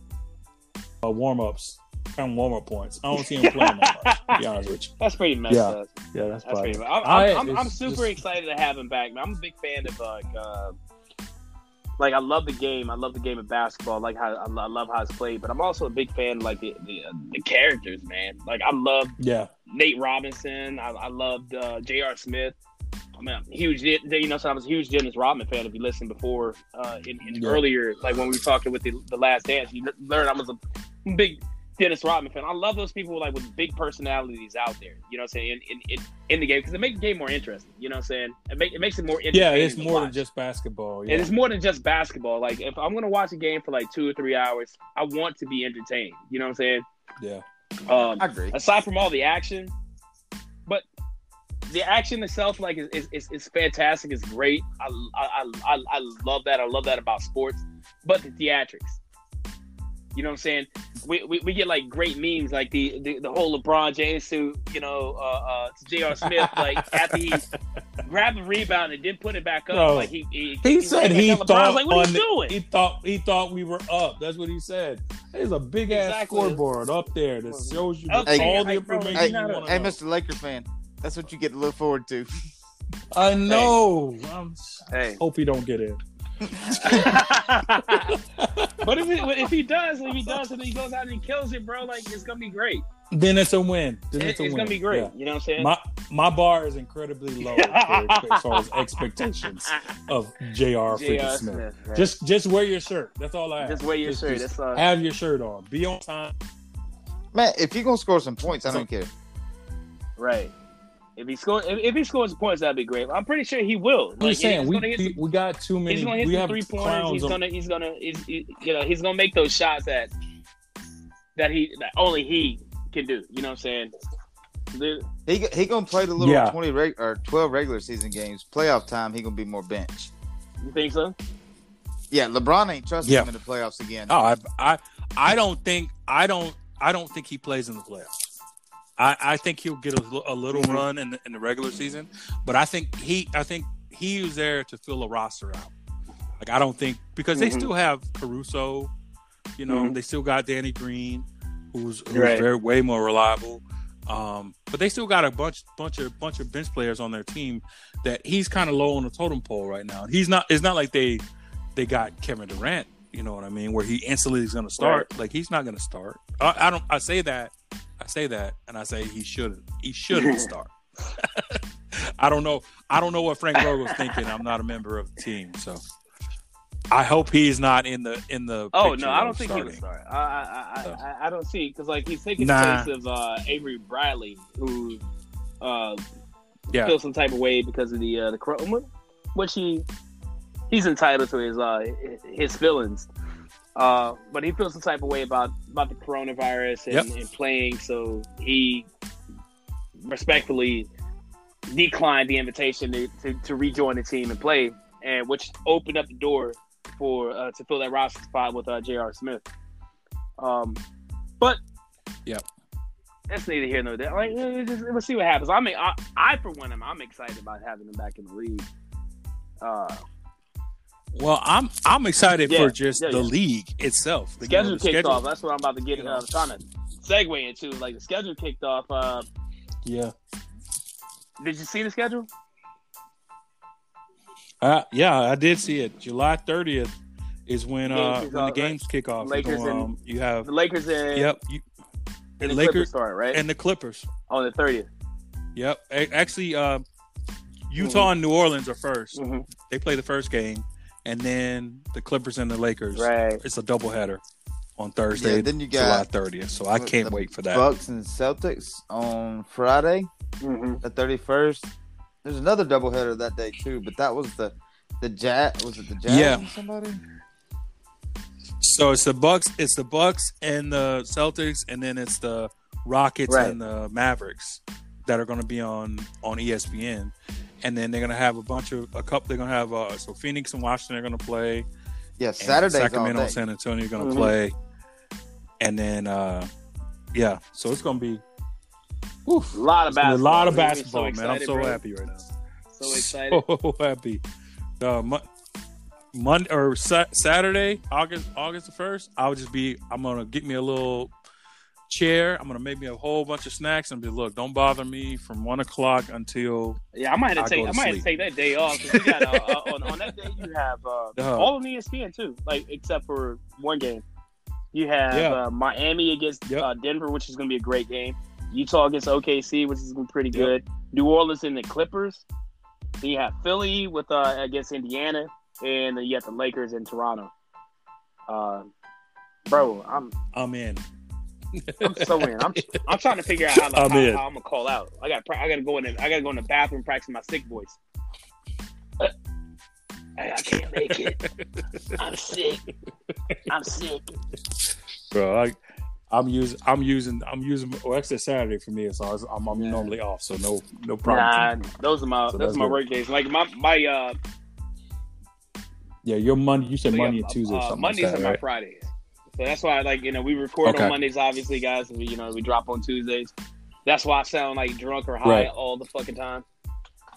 C: uh, warm ups and warm up points. I don't see him playing that much. to Be honest with you.
A: That's pretty messed
C: Yeah.
A: up.
C: Yeah, that's
A: That's
C: probably.
A: pretty. I'm,
C: I-
A: I'm, I'm, I'm
C: it's
A: super
C: just-
A: excited to have him back, man. I'm a big fan of like, uh, like I love the game. I love the game of basketball. Like how I, lo- I love how it's played, but I'm also a big fan of like the the, uh, the characters, man. Like I love
C: Yeah,
A: Nate Robinson. I, I loved uh, J.R. Smith. I mean, I'm huge. You know, so I was a huge Dennis Rodman fan. If you listened before, uh, in, in
C: Yeah.
A: earlier, like when we were talking with the, the Last Dance, you learned I was a big Dennis Rodman fan. I love those people like with big personalities out there. You know, what I'm saying in in, in, in the game because it makes the game more interesting. You know, what I'm saying it, make, it makes it more.
C: yeah.
A: entertaining
C: It's
A: to
C: more
A: watch.
C: than just basketball.
A: And
C: Yeah,
A: it's more than just basketball. Like if I'm gonna watch a game for like two or three hours, I want to be entertained. You know what I'm
C: yeah.
A: saying? Um,
B: I agree.
A: aside from all the action, but the action itself, like, is is, is, is fantastic. It's great. I, I, I, I- I love that. I love that about sports. But the theatrics, you know what I'm saying? We, we, we get like great memes, like the, the, the whole LeBron James suit, you know, uh, uh, J.R. Smith, like after he grabbed the rebound and didn't put it back up,
C: No.
A: like he he,
C: He said he
A: LeBron's
C: thought
A: like, what are
C: on
A: you
C: the-
A: doing?
C: He thought he thought we were up. That's what he said. There's a big ass
A: Exactly.
C: scoreboard up there that shows you
A: Up
C: all
A: there,
C: the
A: like, bro,
C: information
B: Hey,
C: you want
B: hey,
C: to know.
B: Mr. Laker fan, that's what you get to look forward to.
C: I know. I'm,
A: Hey.
C: Hope he don't get in.
A: but if, it, if he does, if he does, and he goes out and he kills it, bro, like it's gonna be great.
C: Then it's a win. Then
A: It- it's
C: it's a win.
A: gonna be great.
C: Yeah.
A: You know what I'm saying?
C: My my bar is incredibly low for- as far as expectations
A: Ah,
C: of Jr. Freaking Smith.
A: right. just,
C: Just just wear your shirt. That's all I ask.
A: wear your shirt.
C: just
A: That's uh,
C: have your shirt on. Be on time.
B: Man, if you gonna score some points, I don't care.
A: right. If he scores, if, if he scores points, that'd be great. I'm pretty sure he will.
C: I'm
A: Like,
C: just saying
A: he's
C: we,
A: gonna hit
C: we we got too
A: some-
C: many.
A: he's gonna hit
C: we
A: some
C: have
A: three pointers.
C: clowns.
A: He's
C: on-
A: gonna, he's gonna, he's, he- you know, he's gonna make those shots that that he that only he can do. You know what I'm saying? The-
B: He he gonna play the little
C: Yeah.
B: twenty reg- or twelve regular season games. Playoff time, he gonna be more bench.
A: You think so?
B: Yeah, LeBron ain't trusting
C: Yeah.
B: him in the playoffs again.
C: No, I, I, I don't think I don't I don't think he plays in the playoffs. I, I think he'll get a, li- a little run in the, in the regular season, but I think he I think he was there to fill a roster out. Like I don't think because they
D: Mhm.
C: still have Caruso, you know,
D: Mhm.
C: they still got Danny Green, who's, who's
D: Right.
C: very way more reliable. Um, but they still got a bunch bunch of bunch of bench players on their team that he's kind of low on the totem pole right now. He's not. It's not like they they got Kevin Durant. You know what I mean? Where he instantly is going to start. Like he's not going to start. I, I don't. I say that. I say that, and I say he shouldn't. He shouldn't start. I don't know. I don't know what Frank Vogel was thinking. I'm not a member of the team, so I hope he's not in the in the.
A: Oh
C: picture
A: no, I
C: of
A: don't think he was smart.
C: starting.
A: I I, I,
C: So.
A: I, I don't see because like he's taking
C: Nah.
A: the place of uh, Avery Bradley, who uh,
C: Yeah.
A: feel some type of way because of the uh, the cro- what- which he he's entitled to his uh his feelings. Uh, but he feels some type of way about about the coronavirus and,
C: Yep.
A: and playing, so he respectfully declined the invitation to, to, to rejoin the team and play, and which opened up the door for uh, to fill that roster spot with uh, J.R. Smith. Um, but
C: Yep.
A: that's neither here nor there. Like, eh, just, let's see what happens. I mean, I, I for one am I'm excited about having him back in the league. Uh,
C: Well, I'm I'm excited
A: Yeah,
C: for just
A: yeah,
C: the
A: yeah.
C: league itself. The, you know,
A: schedule
C: the
A: kicked off. That's what I'm about to get. Uh, trying to segue into like the schedule kicked off. Uh,
C: Yeah.
A: did you see the schedule?
C: Uh, yeah, I did see it. July 30th is when
A: Games kick
C: uh when the
A: off,
C: games kick off.
A: Lakers
C: you, know, um, you have
A: The Lakers and
C: yep. You,
A: The
C: and
A: Clippers
C: Lakers
A: start right
C: and the Clippers.
A: on the thirtieth.
C: Yep. A- Actually, uh,
A: Hmm.
C: Utah and New Orleans are 1st
A: Mhm.
C: They play the first game, and then the Clippers and the Lakers.
A: Right.
C: It's a doubleheader on Thursday,
B: then you
C: July
B: got
C: thirtieth. So I
B: the-
C: can't
B: the
C: wait for that.
B: Bucks and Celtics on Friday,
A: Mm-hmm.
B: the thirty first. There's another doubleheader that day too, but that was the the Jazz. Was it the Jazz?
C: Yeah.
B: and Somebody.
C: So it's the Bucks, it's the Bucks and the Celtics, and then it's the Rockets
A: Right.
C: and the Mavericks that are going to be on on E ESPN, and then they're going to have a bunch of a cup. They're going to have uh, so Phoenix and Washington are going to play. and
B: Yeah. Saturday's
C: Sacramento
B: all
C: and
B: day.
C: San Antonio are going to
A: Mhm.
C: play, and then uh yeah, so it's going to be. Oof.
A: A lot of
C: It's gonna
A: basketball.
C: be a lot of
A: We're gonna be
C: basketball,
A: so
C: man. I'm
A: excited,
C: so
A: bro.
C: happy Oh. right now.
A: So excited.
C: So happy. Uh, Mon- Monday or Sa- Saturday, August August the first. I'll just be. I'm gonna get me a little chair. I'm gonna make me a whole bunch of snacks and be look. Don't bother me from one o'clock until
A: Yeah, I might have
C: I'll
A: to take.
C: go
A: I
C: to
A: might have to take
C: sleep.
A: that day off. 'cause you got, uh, uh, on, on that day, you have uh,
C: Uh-huh.
A: all of ESPN too, like except for one game. You have
C: Yeah.
A: uh, Miami against
C: Yep.
A: uh, Denver, which is going to be a great game. Utah against OKC, which is going to be pretty
C: Yep.
A: good. New Orleans and the Clippers. Then you have Philly with uh, against Indiana, and then you have the Lakers in Toronto. Uh, bro, I'm
C: I'm in.
A: I'm so in. I'm I'm trying to figure out how,
C: I'm
A: how,
C: in.
A: how I'm gonna call out. I got I gotta go in. The, I gotta go in the bathroom practice my sick voice. Uh, I can't make it. I'm sick. I'm sick.
C: Bro, I, I'm using. I'm using. I'm using. Well, actually, Saturday for me, so I was- I'm, I'm
A: Yeah.
C: normally off, so no, no problem.
A: Nah, those are my
C: So
A: those
C: that's
A: are my
C: good.
A: work days. Like my my uh,
C: Yeah, your Monday. You said
A: so
C: Monday
A: yeah,
C: and Tuesday, or
A: uh,
C: something
A: Mondays
C: like
A: are
C: that,
A: my
C: right?
A: Fridays. So that's why like you know we record
C: Okay.
A: on Mondays, obviously, guys. and We you know we drop on Tuesdays. That's why I sound like drunk or high
C: Right.
A: all the fucking time.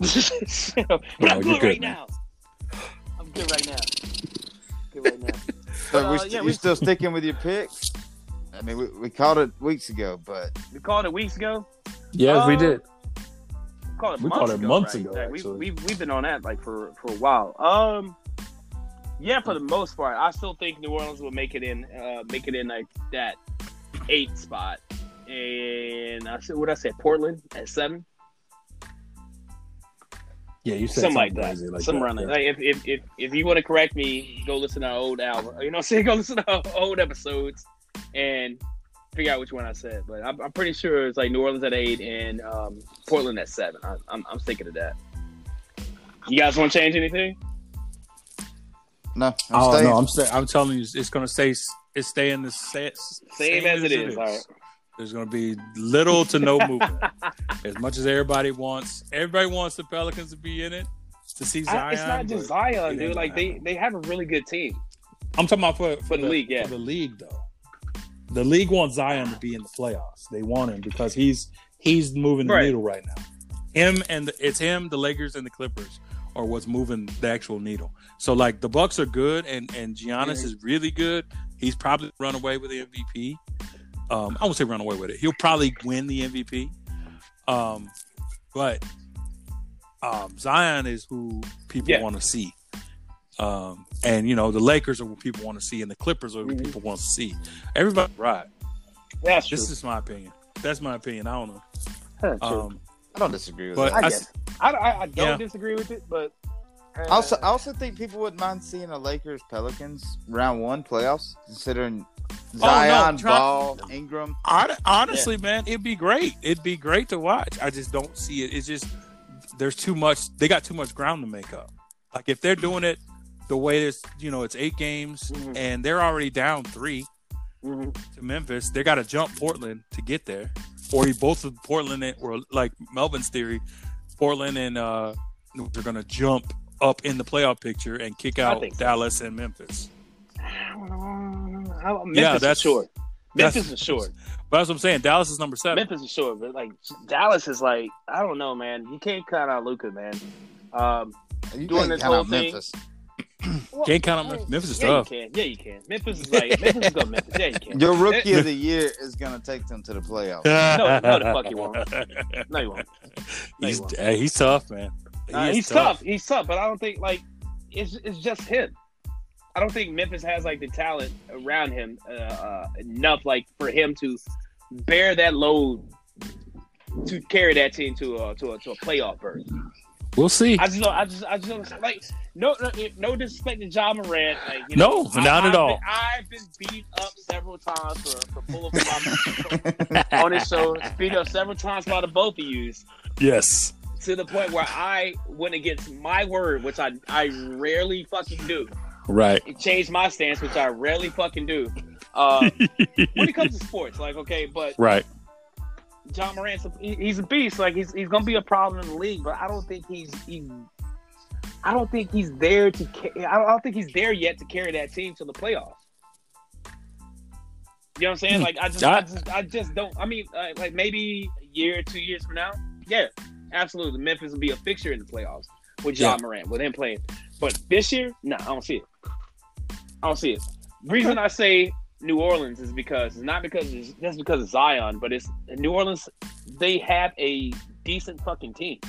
A: So, but
C: No,
A: I'm
C: you're
A: good,
C: good,
A: right
C: man.
A: now. I'm good right now. Good right now.
B: So
A: Uh,
B: we
A: yeah,
B: st- you
A: we-
B: still sticking with your picks? I mean, we, we called it weeks ago, but
A: We called it weeks ago.
C: Yes,
A: Uh,
C: we did.
A: We called it
C: We
A: months
C: called it
A: ago.
C: months
A: right?
C: ago,
A: Like, we,
C: actually.
A: we, we've been on that like for for a while. Um, yeah, for the most part, I still think New Orleans will make it in. Uh, make it in like that eight spot. And I said, what I said, Portland at seven,
C: Yeah, you said
A: something like that,
C: crazy like
A: some
C: that,
A: running.
C: yeah.
A: Like if, if if if you want to correct me, go listen to our old album. You know, what I'm saying go listen to our old episodes and figure out which one I said. But I'm, I'm pretty sure it's like New Orleans at eight and um, Portland at seven. I, I'm I'm thinking of that. You guys want to change anything?
B: no, I'm
C: Oh
B: staying.
C: no, I'm sta- I'm telling you, it's going to stay. It's staying the sa-
A: Same, as, it is. All right.
C: There's going to be little to no movement. as much as everybody wants, everybody wants the Pelicans to be in it to see Zion.
A: I- it's not just
C: but it
A: Zion,
C: ain't
A: dude.
C: gonna
A: Like they
C: happen.
A: they have a really good team.
C: I'm talking about for, for,
A: the league, yeah.
C: for the league though. The league wants Zion to be in the playoffs. They want him because he's he's moving
A: Right.
C: the needle right now. Him and the, it's him, the Lakers and the Clippers are what's moving the actual needle. So like the Bucks are good and and Giannis is really good. He's probably run away with the MVP. Um, I won't say run away with it. He'll probably win the MVP. Um, but um, Zion is who people
A: Yeah.
C: want to see. Um, and you know the Lakers are what people want to see, and the Clippers are what
A: Mhm.
C: people want to see. Everybody, right?
A: That's true.
C: This is my opinion. That's my opinion. I don't know.
A: That's true.
C: Um,
B: I don't disagree with
C: but
B: that.
C: I,
A: I
C: s-
A: I, I, I don't
C: yeah.
A: disagree with it, but uh,
B: I also, I also think people would mind seeing a Lakers Pelicans round one playoffs, considering
A: Oh,
B: Zion,
C: try-
B: Ball, Ingram.
C: hon- honestly, man, it'd be great. It'd be great to watch. I just don't see it. It's just there's too much. They got too much ground to make up. Like if they're doing it the way it's you know it's eight games
A: Mhm.
C: and they're already down three.
A: mhm.
C: to Memphis, they got to jump Portland to get there, or you both of Portland and, or like Melvin's theory, Portland and uh, they're going to jump up in the playoff picture and kick
A: I
C: out
A: think so.
C: Dallas and Memphis.
A: I don't know. I- Memphis
C: Yeah,
A: is
C: that's-
A: sure.
C: that's-
A: Memphis is sure.
C: But that's what I'm saying. Dallas is number seven.
A: Memphis is sure, but like Dallas is like I don't know, man. You can't count out Luca, man. Um,
B: You
A: Doing
B: can't
A: this
B: count
A: whole
B: out
A: thing.
B: Memphis.
C: Can't count on Memphis. Memphis is
A: yeah,
C: tough.
A: you can. Yeah, you can. Memphis is like Memphis is good. Memphis. Yeah, you can.
B: Your rookie of the year is going to take them to the playoffs.
A: No, no, the fuck you won't. No, you won't. No, you
C: he's,
A: won't.
C: uh, he's tough, man. He
A: Uh,
C: is
A: he's tough. He's tough, but I don't think like it's it's just him. I don't think Memphis has like the talent around him uh, uh, enough like for him to bear that load to carry that team to a to a, to a playoff berth.
C: We'll see.
A: I just know, I just, I just know, like, no, no, no disrespect to John Moran. Like, you
C: No,
A: know, I-
C: not at
A: I've been-
C: all.
A: I've been beat up several times for, for pulling for my on this show. Beat up several times by the both of you
C: Yes.
A: to the point where I went against my word, which I I rarely fucking do.
C: Right.
A: It changed my stance, which I rarely fucking do. Uh, when it comes to sports, like, okay, but
C: Right.
A: John Morant's a, he- he's a beast. Like he's he's gonna be a problem in the league, but I don't think he's he, I don't think he's there to. ca- I don't, I don't think he's there yet to carry that team to the playoffs. You know what I'm saying? Like I just, I,
C: I-
A: just, I just don't. I mean, uh, like maybe a year, two years from now, yeah, absolutely. Memphis will be a fixture in the playoffs with John Morant with him playing. But this year, no, I don't see it. I don't see it. Reason I say New Orleans is because it's not because it's just because of Zion, but it's New Orleans. They have a decent fucking team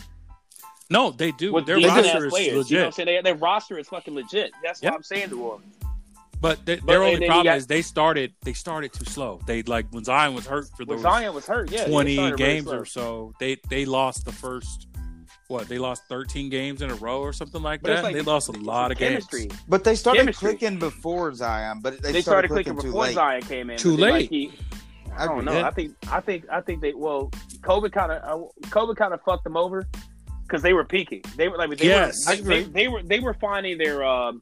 C: No, they do.
A: with
C: Their
A: decent ass
C: roster is
A: players.
C: legit.
A: You know what I'm saying? They, their roster is fucking legit. That's
C: Yeah.
A: what I'm saying, New Orleans.
C: But th-
A: But
C: their
A: they-
C: only
A: they
C: problem
A: got-
C: is they started they started too slow. They like when Zion was hurt for
A: When
C: those
A: Zion was hurt, yeah, they
C: twenty
A: started really
C: games
A: slow.
C: or so, they they lost the first what they lost thirteen games in a row or something like
A: But it's
C: that.
A: like-
C: they lost a lot of
A: Chemistry.
C: games.
B: But they started
A: Chemistry.
B: clicking before Zion, but they,
A: They, started, clicking
B: too
A: before
B: late.
A: Zion came in.
C: Too
A: but they, like,
C: late.
A: he- I
B: I
A: don't know.
C: Yeah.
A: I think I think I think they well, COVID kind of uh, COVID kind of fucked them over because they were peaking. They were like they
C: Yes.
A: were they, they, they were they were finding their um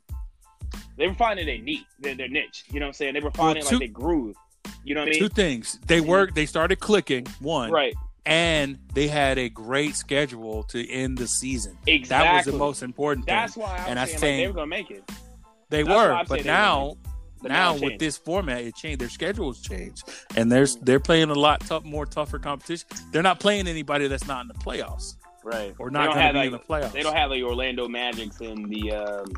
A: they were finding their niche their, their niche. You know what I'm saying? They were finding
C: two-
A: like their groove. You know what I
C: Two
A: mean?
C: things. They worked they started clicking, one,
A: Right.
C: and they had a great schedule to end the season.
A: Exactly.
C: That was the most important thing.
A: That's why I'm
C: And I
A: saying like,
C: think-
A: they were gonna make it.
C: they
A: that's why
C: were.
A: I'm
C: But
A: saying they
C: now
A: But
C: now
A: it
C: with
A: changed.
C: this format, it changed. Their schedules changed, and they're they're playing a lot tough, more tougher competition. They're not playing anybody that's not in the playoffs
A: right
C: or
A: They
C: not
A: don't
C: going to
A: have,
C: be
A: like,
C: in the playoffs.
A: They don't have the Orlando Magics and the um,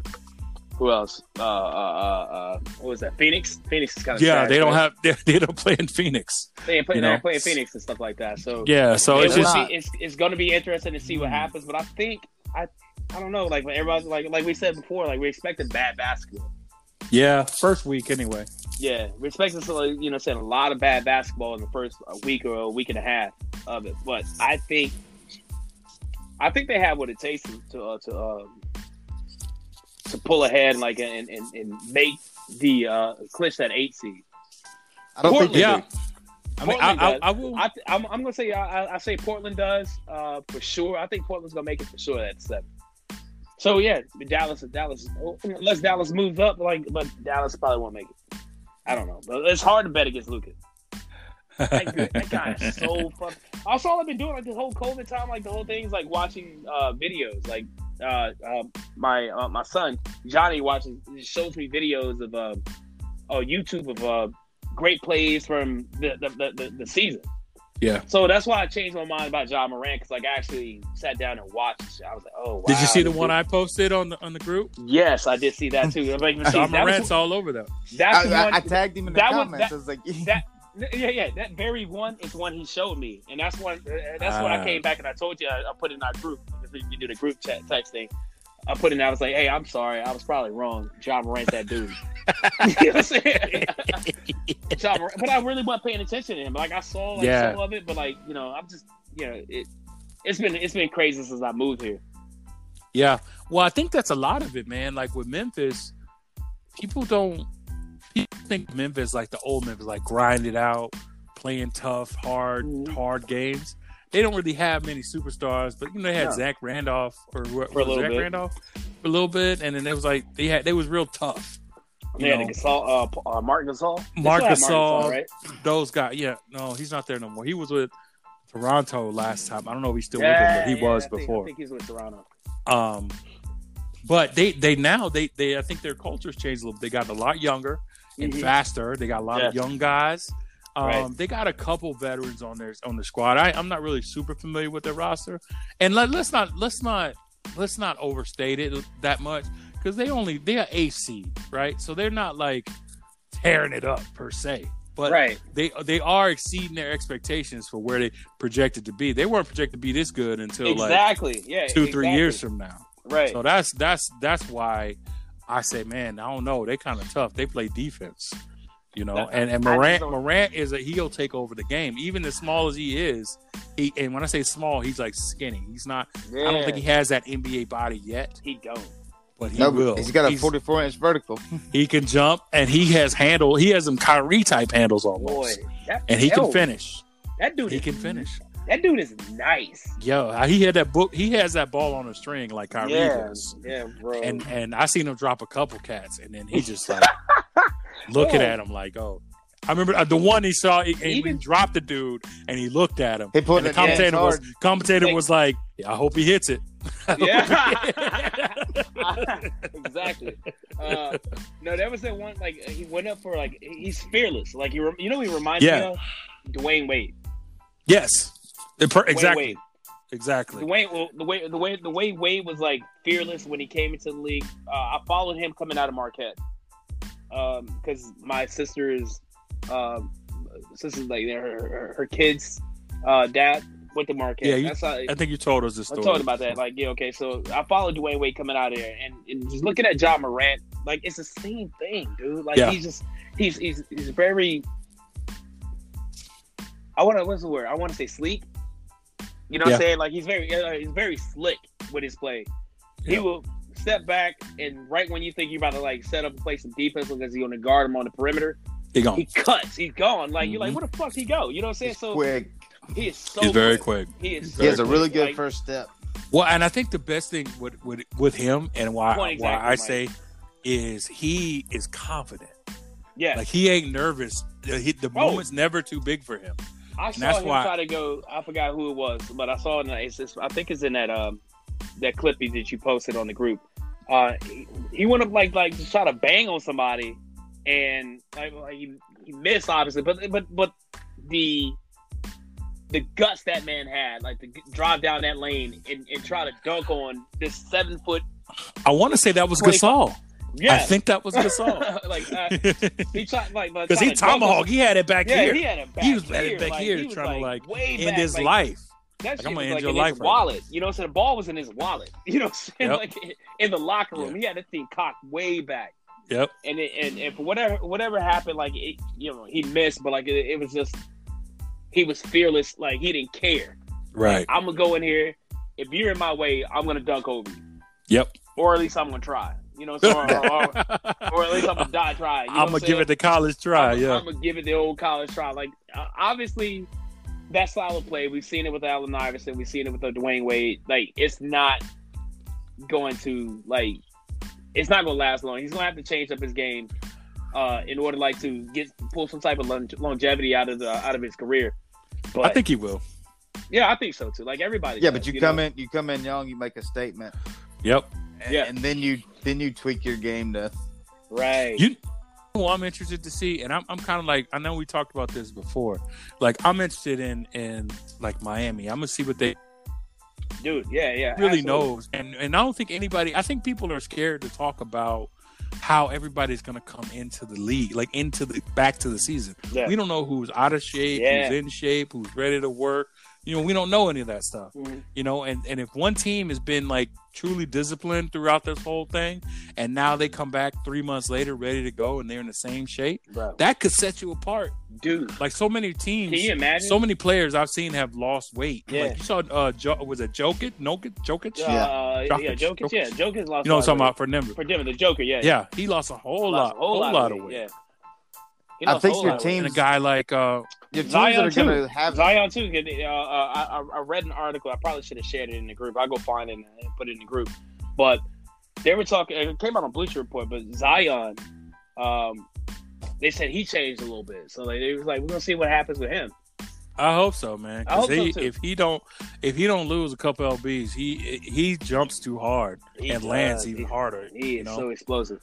A: who else? Uh, uh, uh, uh, what was that? Phoenix. Phoenix is kind of
C: yeah, they don't have. They, they don't play in Phoenix.
A: They ain't play,
C: you
A: they're
C: know.
A: not playing Phoenix and stuff like that. So
C: Yeah, so
A: it
C: it's
A: will
C: just
B: not-
A: be, it's, it's going to be interesting to see what
C: Hmm.
A: happens. But I think I I don't know. Like when everybody's like like we said before, like we expected bad basketball.
C: yeah. First week anyway.
A: Yeah, we expected so, like, you know saying a lot of bad basketball in the first uh, week or a week and a half of it. But I think I think they have what it takes to to uh, to, um, to pull ahead like and and, and make the uh, clinch that eight seed.
B: I don't think they
C: Yeah.
B: do.
C: I mean, I,
A: Portland
C: I,
A: does.
C: I will.
A: I th- I'm, I'm gonna say I, I, I say Portland does uh, for sure. I think Portland's gonna make it for sure at seven. So yeah, the Dallas, Dallas, unless Dallas moves up, like, but Dallas probably won't make it. I don't know. But it's hard to bet against Lucas. That, that guy is so fun. Also, all I've been doing like this whole COVID time, like the whole thing is like watching uh, videos. Like uh, uh, my uh, my son Johnny watches shows me videos of uh, oh YouTube of uh, great plays from the the, the, the the season.
C: Yeah.
A: So that's why I changed my mind about John Moran because like I actually sat down and watched. It. I was like, oh, wow.
C: Did you see the
A: this
C: one
A: dude-
C: I posted on the on the group?
A: Yes, I did see that too. I'm like,
C: John
A: see, that was-
C: Morant's all over that.
A: that's
B: I,
A: the
B: I-
A: one.
B: I tagged him in the
A: that one-
B: comments.
A: that-
B: I was like,
A: that- yeah, yeah, that very one is one he showed me, and that's one. uh, That's when I
C: Ah.
A: came back and I told you I, I put in our group. because We, we do the group chat text thing. I put in. I was like, "Hey, I'm sorry. I was probably wrong. John Morant's that dude." you know what I'm saying? John Morant, but I really wasn't paying attention to him. Like I saw like,
C: Yeah.
A: some of it, but like you know, I'm just you know, it, it's been it's been crazy since I moved here.
C: Yeah. Well, I think that's a lot of it, man. Like with Memphis, people don't people think Memphis like the old Memphis, like grind it out, playing tough, hard,
A: Mhm.
C: hard games. They don't really have many superstars, but you know they had
A: No.
C: Zach Randolph or wh-
A: For a little
C: Zach
A: bit.
C: Randolph for a little bit, and then it was like they had they was real tough. You
A: They had
C: know.
A: a Gasol, uh, uh, Mark Gasol, They
C: Mark
A: still have
C: Gasol.
A: right?
C: Those guys, yeah, no, he's not there no more. He was with Toronto last time. I don't know if he's still with them, but he
A: yeah,
C: was
A: I think-
C: before.
A: I think he's with Toronto.
C: Um, but they they now they they I think their culture's changed a little. bit. They got a lot younger and
A: Mhm.
C: faster. They got a lot of
A: Yes.
C: young guys. Um,
A: Right.
C: They got a couple veterans on their on the squad. I, I'm not really super familiar with their roster, and let, let's not let's not let's not overstate it that much because they only they are a seed, right? So they're not like tearing it up per se, but
A: right.
C: they they are exceeding their expectations for where they projected to be. They weren't projected to be this good until like
A: Exactly. yeah.
C: two three
A: exactly.
C: years from now.
A: Right.
C: So that's that's that's why I say, man, I don't know. They kind of tough. They play defense, You know,
A: That-
C: and, and
A: I just
C: Morant
A: don't-
C: Morant is a he'll take over the game, even as small as he is. He and when I say small, he's like skinny. He's not. I don't think he has that NBA body yet,
A: he don't.
C: but he
B: No, but
C: will.
B: he's got a
C: He's-
B: forty-four inch vertical.
C: He can jump, and he has handle. He has some Kyrie type handles
A: Boy,
C: almost,
A: that,
C: Oh, and he can
A: yo,
C: finish.
A: That dude,
C: He
A: is,
C: can finish.
A: that dude is nice.
C: Yo, he had that book. He has that ball on a string like Kyrie
E: yeah,
C: does.
E: yeah, bro.
C: and and I seen him drop a couple cats, and then he just like looking
A: Yeah.
C: at him like, oh. I remember uh, the one he saw, he, he
A: Even-
C: dropped the dude, and he looked at him.
B: He put
C: and
B: it in
C: the
B: his
C: commentator was
B: hard.
C: commentator
A: Like-
C: was like, "Yeah, "I hope he hits it."
A: Yeah. exactly. Uh, no, that was that one. Like he went up for like he- he's fearless. Like he, re- you know, he reminds
C: Yeah.
A: me of Dwayne Wade.
C: yes, The per-
A: Dwayne
C: exactly,
A: Wade.
C: exactly.
A: Dwayne, well, the way the way the way Wade was like fearless when he came into the league. Uh, I followed him coming out of Marquette because my sister's um, sister's like her her, her kids' uh, dad went to Marquette.
C: Yeah, you-
A: That's how,
C: I think you told us this
A: I
C: story.
A: am talking about that. Like, yeah, okay. So I followed Dwayne Wade coming out of there, and, and just looking at John Morant, like it's the same thing, dude. Like
C: Yeah.
A: he's just he's he's he's very. I want to what's the word? I want to say sleek. You know what I'm saying? Like he's very uh, he's very slick with his play. He
C: Yeah.
A: will step back and right when you think you're about to like set up and play some defense because he's going to guard him on the perimeter,
C: He gone.
A: he cuts. He's gone. Like you're like,
C: Mhm.
A: where the fuck he go? You know what I'm saying?
B: Oh.
A: so
B: Mm-hmm. He's quick.
A: he is so
C: He's very
A: quick.
C: quick.
A: He is. So
B: He has a really
A: quick.
B: good
A: Like,
B: first step.
C: Well, and I think the best thing with with, with him and why
A: Point
C: why
A: exactly,
C: I
A: Mike.
C: say is he is confident.
A: Yeah.
C: Like he ain't nervous. The, he, the
A: Oh.
C: moment's never too big for him.
A: I saw
C: that's
A: him
C: why-
A: try to go. I forgot who it was, but I saw it. In, it's just, I think it's in that um that clip that you posted on the group. Uh, he, he went up like like to try to bang on somebody, and like, like, he he missed obviously, but but but the the guts that man had, like to g- drive down that lane and, and try to dunk on this seven foot.
C: I want to say that was
A: Twenty-
C: Gasol.
A: Yeah,
C: I think that was Gasol.
A: like uh,
C: Because
A: he tried like like,
C: he
A: trying to dunk on-
C: tomahawk, he had it back
A: Yeah,
C: here
A: he had a back
C: He was had it back here
A: he was,
C: trying to, like,
A: way
C: in
A: back,
C: his
A: like,
C: life.
A: That
C: Like,
A: shit
C: I'm gonna
A: was
C: end
A: like
C: your
A: in
C: life
A: his
C: right
A: wallet. you know, so the ball was in his wallet. You know, what I'm saying?
C: Yep.
A: like in the locker room, he had that thing cocked way back.
C: Yep.
A: And it, and and for whatever whatever happened, like it, you know, he missed, but like it, it was just he was fearless. Like he didn't care.
C: Right.
A: I'm gonna go in here. If you're in my way, I'm gonna dunk over you.
C: Yep.
A: Or at least I'm gonna try. You know, so, or, or, or- or at least I'm gonna die trying. You know
C: I'm
A: what
C: gonna give
A: saying?
C: it the college try.
A: I'm,
C: Ah, yeah.
A: gonna give it the old college try. Like uh, obviously, that style of play, we've seen it with Allen Iverson, we've seen it with the Dwayne Wade. Like it's not going to like it's not gonna last long. He's gonna have to change up his game uh, in order like to get pull some type of lon- longevity out of the out of his career. But
C: I think he will.
A: yeah, I think so too. Like everybody,
B: Yeah,
A: does,
B: but you come
A: know?
B: in, you come in young, you make a statement,
C: Yep.
B: and,
A: Yeah.
B: and then you then you tweak your game to
A: right.
C: You Well, I'm interested to see, and I'm, I'm kind of like I know we talked about this before. Like I'm interested in in like Miami. I'm gonna see what they
A: Dude, yeah, yeah,
C: really
A: absolutely.
C: knows, and and I don't think anybody. I think people are scared to talk about how everybody's gonna come into the league, like into the back to the season.
A: Yeah.
C: We don't know who's out of shape,
A: Yeah.
C: who's in shape, who's ready to work. You know, we don't know any of that stuff.
A: Mhm.
C: You know, and, and if one team has been like truly disciplined throughout this whole thing, and now they come back three months later ready to go and they're in the same shape,
A: Bro.
C: that could set you apart.
A: Dude,
C: Like so many teams,
A: can you imagine?
C: so many players I've seen have lost weight.
A: Yeah.
C: Like you saw, uh, jo- was it Jokic? Nokic? Jokic?
A: uh, yeah,
C: Jokic.
A: Jokic, yeah, Jokic lost.
C: You know what
A: a
C: I'm
A: lot
C: talking
A: of
C: about for Denver.
A: weight. for Denver, the Joker, yeah,
C: Yeah, he lost a whole
A: Lost
C: lot, whole, lot of weight.
A: Yeah. He
B: I
A: lost
B: think
A: a whole
B: your
A: lot of
B: team-
C: And a guy like uh,
B: your teams
A: Zion,
B: that are going
A: too.
B: to have.
A: Zion too. 'cause, Uh, uh, I, I read an article. I probably should have shared it in the group. I'll go find it and put it in the group. But they were talking. It came out on Bleacher Report. But Zion, um, they said he changed a little bit. So like, they was like, we're gonna see what happens with him.
C: I hope so, man. 'Cause
A: I hope so,
C: he-
A: too.
C: if he don't, if he don't lose a couple lbs, he he jumps too hard
A: He
C: and
A: does.
C: lands even
A: He-
C: harder.
A: He
C: you
A: is
C: know?
A: so explosive.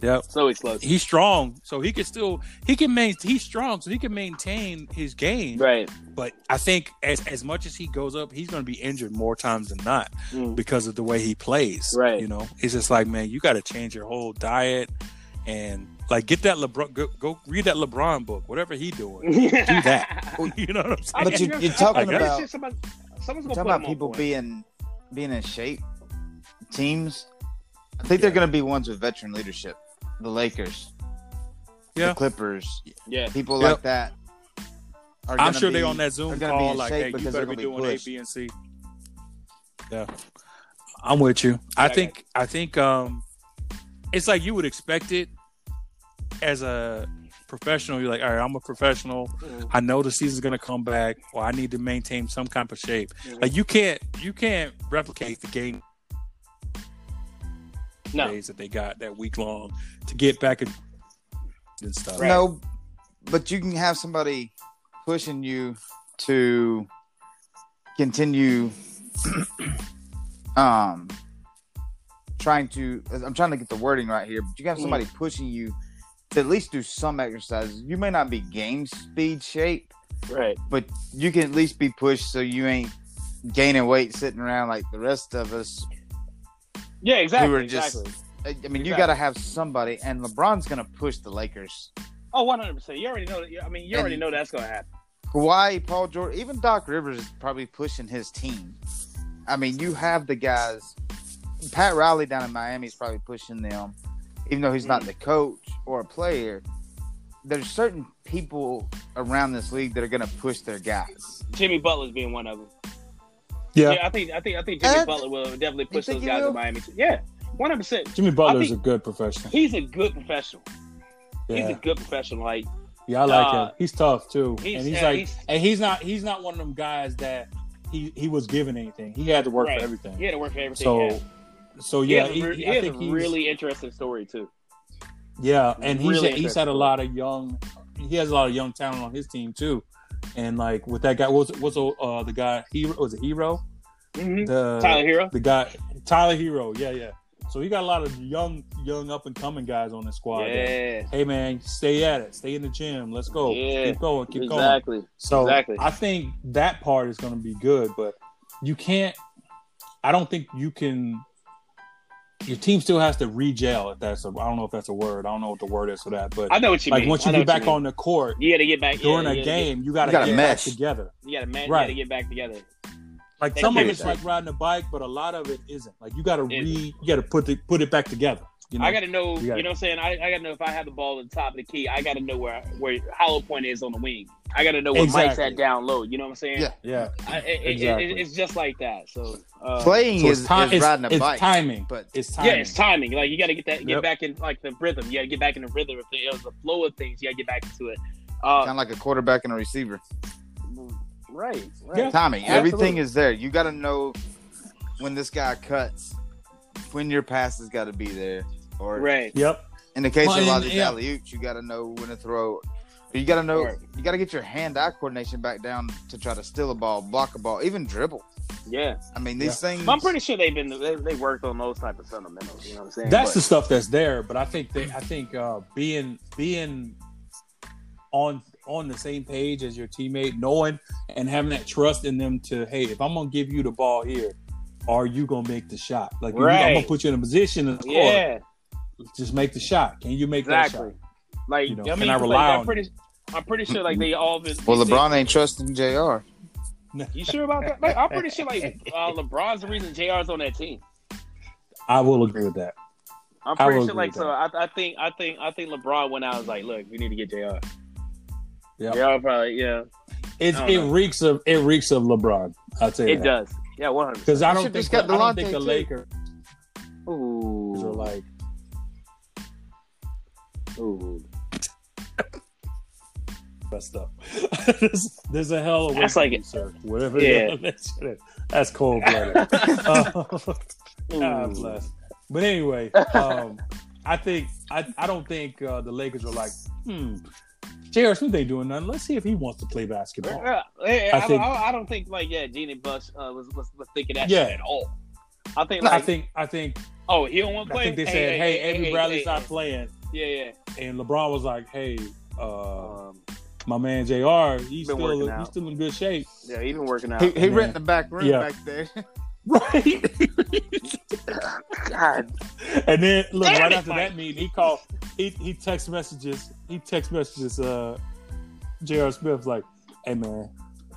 C: Yep.
A: So explosive.
C: He's strong, so he can still he can main he's strong, so he can maintain his game.
A: Right.
C: But I think as as much as he goes up, he's going to be injured more times than not
A: Mm.
C: because of the way he plays.
A: Right.
C: You know, it's just like man, you got to change your whole diet and like get that LeBron. Go, go read that LeBron book, whatever he doing. Do that. you know what I'm saying?
B: But you, you're talking
C: I guess.
B: about
A: Somebody, someone's gonna
B: talking
A: put him
B: about
A: on
B: people
A: for him.
B: being being in shape. Teams, I think they're going to be ones with veteran leadership. The Lakers,
F: Yeah.
B: the Clippers,
A: Yeah.
B: people
F: Yep.
B: like that. are
F: I'm
B: gonna
F: sure they
B: be-
F: on that Zoom
B: gonna be
F: call
B: in
F: like,
B: shape
F: hey, you
B: because
F: better
B: they're
F: be
B: gonna be
F: doing A,
B: pushed."
F: B, and C. Yeah, I'm with you. I
A: Yeah, I
F: think I think um, it's like you would expect it as a professional. You're like, all right, I'm a professional.
C: Mm-hmm.
A: Mhm.
F: I know the season's gonna come back, or I need to maintain some kind of shape.
A: Mhm.
F: Like you can't you can't replicate the game
A: No.
F: days that they got that week long to get back and, and stuff.
B: No, but you can have somebody pushing you to continue um trying to I'm trying to get the wording right here, but you can
F: Mm.
B: have somebody pushing you to at least do some exercises. You may not be game speed shape,
A: Right.
B: but you can at least be pushed so you ain't gaining weight sitting around like the rest of us.
A: Yeah, exactly.
B: We were just-
A: exactly.
B: I I mean, you
A: Exactly.
B: got to have somebody, and LeBron's going to push the Lakers.
A: Oh, 100%. You already know that. I mean, you already
B: And-
A: know that's going to happen.
B: Kawhi, Paul George, even Doc Rivers is probably pushing his team. I mean, you have the guys. Pat Riley down in Miami is probably pushing them, even though he's not the coach or a player. There's certain people around this league that are going to push their guys.
A: Jimmy Butler's being one of them.
C: Yeah.
A: Yeah, I think I think I think Jimmy
B: And-
A: Butler will definitely push
B: Uh, think
A: those
B: he
A: guys
B: will?
A: in Miami. too. Yeah, 100%.
C: Jimmy Butler's
A: I think-
C: a good professional.
A: He's a good professional. He's
C: Yeah,
A: a good professional. Like,
C: yeah, I like
A: uh,
C: him. He's tough too,
A: he's-
C: and he's
A: yeah,
C: like,
A: he's-
C: and he's not he's not one of them guys that he he was given anything. He had to work
A: Right.
C: for everything.
A: he had to work for everything.
C: so,
A: yeah.
C: so
A: He
C: yeah,
A: has a
C: he-
A: re-
C: he-
A: he
C: I
A: has
C: think
A: a
C: he's
A: really interesting story too.
C: yeah, and he's
A: really
C: he's had a
A: interesting.
C: lot of young, he has a lot of young talent on his team too, and like with that guy, what was what's uh, the guy he was a hero
A: Mm-hmm.
C: the
A: Tyler Hero.
C: the guy Tyler Hero, yeah, yeah. So he got a lot of young young up and coming guys on his squad. that,
A: Yeah,
C: Hey man, stay at it, stay in the gym, let's go,
A: Yeah,
C: keep going, keep going.
A: exactly.
C: So
A: Exactly.
C: I think that part is going to be good, but you can't. I don't think you can. Your team still has to regel. If that's a, I don't know if that's a word. I don't know what the word is for that, but
A: I know what you
C: like
A: mean.
C: once
A: I
C: you
A: know
C: get
A: what
C: back
A: mean.
C: on the court
A: you got to get back
C: during
A: yeah,
C: a
A: you gotta
C: game, you got to
B: You gotta
C: get
B: mesh.
C: back together.
A: Get, you got to man.
C: Right.
A: You got to get back together.
C: Like
A: They
C: some of
A: can't
C: it's
A: do
C: like riding a bike, but a lot of it isn't. Like you got to
A: It-
C: re, you got to put the, put it back together. You know?
A: I got to know.
C: You
A: You,
C: gotta-
A: know what I'm saying? I, I got to know if I have the ball at the top of the key. I got to know where where hollow point is on the wing. I got to know where Mike's
C: Exactly.
A: at down low. You know what I'm saying?
B: Yeah.
C: yeah.
A: I, it, it-
C: Exactly.
A: it, it's just like that. So uh,
B: Playing
C: So
B: is,
C: it's, time,
B: is
C: it's,
B: riding a
C: it's
B: bike,
C: timing,
B: but
C: it's timing.
A: Yeah, it's timing. Like you got to get that, get
C: Yep.
A: back in like the rhythm. You got to get back in the rhythm of things, the flow of things. You got to get back into it. Uh,
B: kind of like a quarterback and a receiver.
A: right, right.
C: Yeah.
B: Timing, everything is there. You got to know when this guy cuts, when your pass has got to be there, or
A: Right.
C: Yep.
B: In the case
C: Well,
B: of a lot
C: and-
B: of these
C: yeah.
B: alley oops, you got to know when to throw. You got to know.
A: Right.
B: You got to get your hand-eye coordination back down to try to steal a ball, block a ball, even dribble.
A: Yeah.
B: I mean, these things.
A: But I'm pretty sure they've been they, they worked on those type of fundamentals. You know what I'm saying?
C: That's
A: But-
C: the stuff that's there, but I think that I think uh, being being on on the same page as your teammate, knowing and having that trust in them to, hey, if I'm gonna give you the ball here, are you gonna make the shot? Like you- I'm gonna
A: Right.
C: put you in a position to score.
A: yeah,
C: Just make the shot. Can you make
A: exactly.
C: that shot?
A: Like
C: You know,
A: I
C: and
A: mean,
C: I
A: like,
C: rely
A: I'm
C: on
A: pretty. I'm pretty sure like they all been.
B: well,
A: they-
B: LeBron ain't trusting Jr.
A: You sure about that? Like, I'm pretty sure like uh, LeBron's the reason JR's on that team.
C: I will agree with that.
A: I'm
C: I
A: pretty
C: will
A: sure
C: agree
A: like
C: with
A: so. I, I think I think I think LeBron went out and was like, look, we need to get JR.
C: Yeah.
A: JR probably yeah.
C: It's,
A: I
C: it
A: don't know.
C: reeks of it reeks of LeBron. I'll tell you
A: It does. Yeah, 100.
C: because I
B: You
C: don't
B: should
C: think
B: just
C: the, I
B: get
C: don't
B: Delonte,
C: think the
B: too.
C: Lakers
A: Ooh.
C: are like
A: Ooh.
C: messed up. there's, there's a hell of a
A: That's like
C: way to
A: it.
C: do, sir. Whatever.
A: Yeah.
C: That's, that's cold blooded. God
A: Uh,
C: bless. But anyway, um, I think I, I don't think uh, the Lakers are like, hmm, J.R. Smith ain't doing nothing. Let's see if he wants to play basketball.
A: Yeah, yeah,
C: I
A: I, don't-
C: think-
A: I, I don't think like yeah, Genie Bus uh, was, was was thinking that
C: Yeah.
A: shit at all. I think like
C: I think I think
A: oh he don't want to
C: I
A: play.
C: think they said, hey, Avery Bradley's not
A: hey.
C: playing,
A: Yeah, yeah.
C: and LeBron was like, hey, uh,
A: Um,
C: my man J.R. He's
A: been
C: still
A: working
C: he's
A: out.
C: still in good shape,
A: yeah, he been working out.
B: He, he
C: man.
B: rent the back room
C: Yeah.
B: back there.
C: right?
A: God,
C: And then look
A: Damn
C: right
A: it,
C: after
A: Mike.
C: that meeting, he called. He he text messages. He text messages. Uh, J.R. Smith's like, "Hey man,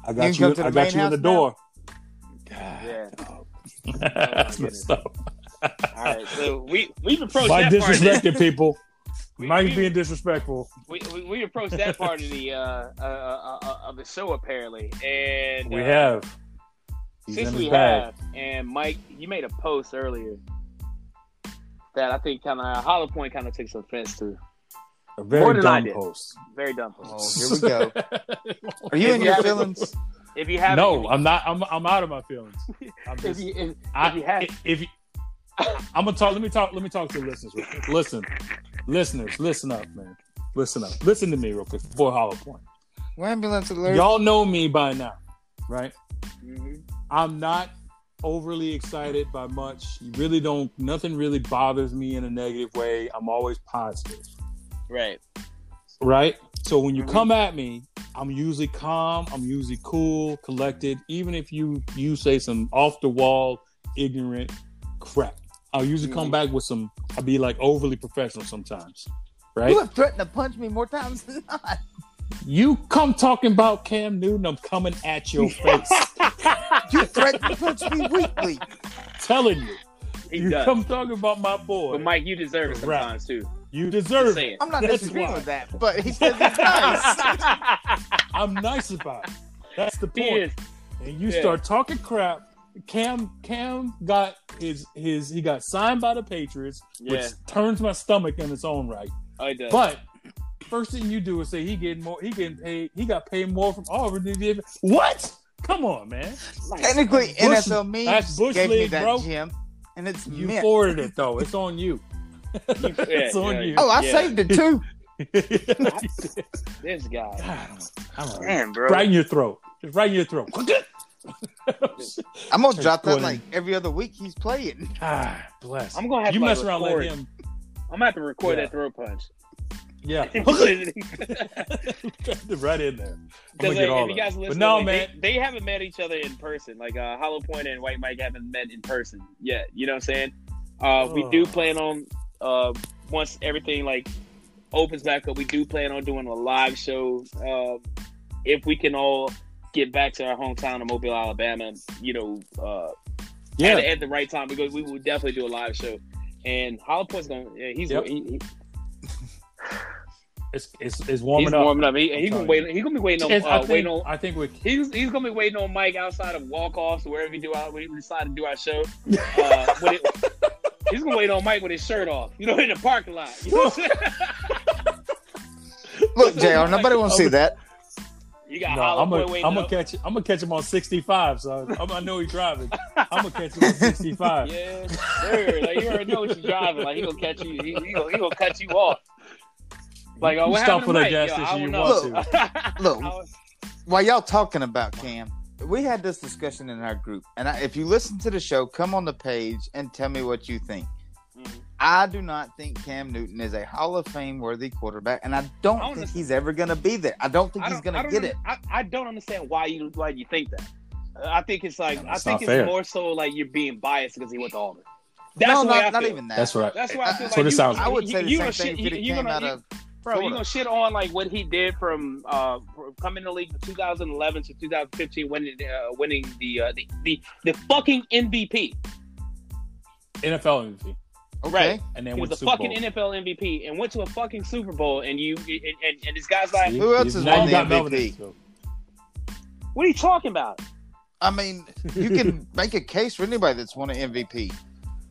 C: I
B: can
C: got you.
B: come to
C: I
B: the
C: got
B: main
C: you in
B: house
C: the
B: now?"
C: door."
A: yeah.
C: That's messed up.
A: All right, so we we've approached
C: Mike
A: that part.
C: disrespected people.
A: We-
C: Now
A: we-
C: you're being disrespectful.
A: we, we, we approached that part of the uh, uh, uh, uh, of the show apparently, and
C: We
A: uh,
C: have. He's
A: since
C: in
A: we
C: his bag.
A: have, and Mike, you made a post earlier that I think kind of Hollow Point kind of takes offense to.
C: A very
A: More than I
C: dumb
A: did.
C: post.
A: Very dumb. post.
B: Oh, here we go. Are you in your feelings?
A: If you have
F: no, I'm not. I'm, I'm out of my feelings. I'm
A: if
F: just,
A: you, if,
F: I,
A: if you have-
F: if you,
C: I'm gonna talk. Let me talk. Let me talk to the listeners. real quick. Listen, listeners, listen up, man. Listen up. Listen to me real quick before Hollow Point.
B: Ambulance alert.
C: Y'all know me by now, right?
A: Mhm.
C: I'm not overly excited by much. You really don't. Nothing really bothers me in a negative way. I'm always positive,
A: right,
C: right? So when you come at me, I'm usually calm. I'm usually cool, collected. Even if you you say some off the wall, ignorant crap, I'll usually
A: Mm-hmm.
C: come back with some. I'll be like overly professional sometimes, right?
B: You have threatened to punch me more times than not.
C: You come talking about Cam Newton, I'm coming at your face.
B: You threaten to punch me weekly.
C: telling you.
A: he
C: you
A: does.
C: come talking about my boy.
A: But Mike, you deserve it
C: Right.
A: sometimes too.
C: you
A: Just
C: deserve it.
A: saying.
B: I'm not
C: That's
B: disagreeing
C: why.
B: with that, but he says it's nice.
C: I'm nice about it. That's the
A: He
C: point.
A: is.
C: And you
A: Yeah.
C: start talking crap. Cam Cam got his his he got signed by the Patriots,
A: Yeah.
C: which turns my stomach in its own right.
A: Oh, he does.
C: But first thing you do is say he getting more he getting paid he got paid more from Auburn than he did. What? Come on, man.
B: Technically,
C: Bush-
B: NFL memes
C: that's Bush
B: gave me
C: League,
B: that
C: bro.
B: Jim, and it's
C: You
B: meant.
C: forwarded it though. It's on you.
A: You- yeah,
C: it's on
A: yeah,
C: you.
B: Oh, I
A: Yeah.
B: saved it too.
C: God,
A: this guy,
C: I'm all right.
A: man, bro.
C: Right in your throat. Just right in your throat.
B: I'm gonna drop
C: Go
B: that
C: ahead.
B: like every other week. He's playing.
C: ah, bless.
A: I'm gonna have
C: you
A: to, like,
C: mess around,
A: record.
C: let him.
A: I'm gonna have to record
C: Yeah.
A: that throw punch.
C: Yeah, right in there. I'm gonna
A: Because
C: get
A: like,
C: all
A: if you
C: of
A: guys
C: it.
A: listen,
C: but no,
A: like,
C: man.
A: They, they haven't met each other in person. Like uh, Hollow Point and White Mike haven't met in person yet. You know what I'm saying? Uh, We do
C: Ugh.
A: plan on uh, once everything like opens back up. We do plan on doing a live show uh, if we can all get back to our hometown of Mobile, Alabama. You know, uh,
C: yeah,
A: at, at the right time because we will definitely do a live show. And Hollow Point's gonna yeah, he's
C: Yep.
A: he, he-
C: it's, it's it's warming
A: he's
C: up.
A: warming up. He,
C: I'm
A: he gonna
C: telling
A: wait. He gonna be waiting on
C: It's- I,
A: uh, waiting
C: think,
A: on
C: I think we.
A: He's, he's gonna be waiting on Mike outside of walk offs or wherever we do our we decide to do our show. Uh, with it, he's gonna wait on Mike with his shirt off, you know, in the parking lot. You know what I'm saying?
B: Look, Jr. Nobody wants to see that.
A: You got
C: No,
A: Hollow
C: I'm
A: Boy
C: gonna
A: waiting
C: I'm gonna
A: up.
C: catch I'm gonna catch him on 65. So I'm, I know he's driving. I'm gonna catch him on 65.
A: Yeah, sure. Like you already know what you're driving. Like he gonna catch you. He, he, gonna, he gonna cut you off. Like oh,
C: You
A: what
C: stop for
A: happened to Mike?
C: that gas
A: Yo, I
C: station
A: don't
C: you
A: know.
B: want Look,
A: I was-
B: while y'all talking about Cam, we had this discussion in our group, and I, if you listen to the show, come on the page and tell me what you think.
A: Mhm.
B: I do not think Cam Newton is a Hall of Fame worthy quarterback, and I don't
A: I don't
B: think
A: understand.
B: he's ever going to be there. I don't think
A: I
B: he's
A: don't-
B: going
A: I
B: to
A: don't
B: get
A: under-
B: it.
A: I, I don't understand why you why you think that. Uh, I think it's like
C: No,
A: I
C: it's
A: think
C: not
A: it's
C: fair.
A: more so like you're being biased because he went to Auburn. That's
B: no,
A: the way I
B: not, not
A: feel.
B: even that.
C: That's right.
A: That's why I feel like
C: That's what it
A: you-
C: sounds
B: I would say the
A: you
B: same
A: gonna
B: thing
A: shit-
B: if he
A: you
B: came
A: gonna-
B: out
A: you-
B: of
A: Bro, you
B: Florida.
A: gonna shit on like what he did from uh from coming in the league from 2011 to 2015, winning uh, winning the, uh, the the the fucking MVP,
C: NFL MVP,
B: okay.
A: right.
C: and then
A: He was
C: went
A: a
C: to Super
A: fucking
C: Bowl.
A: NFL MVP and went to a fucking Super Bowl, and you and and, and this guy's like,
C: See?
B: Who else has
C: now
B: won
C: you
B: the
C: got Melvin
B: MVP?
C: Ingram.
A: what are you talking about?
B: I mean, you can make a case for anybody that's won an MVP.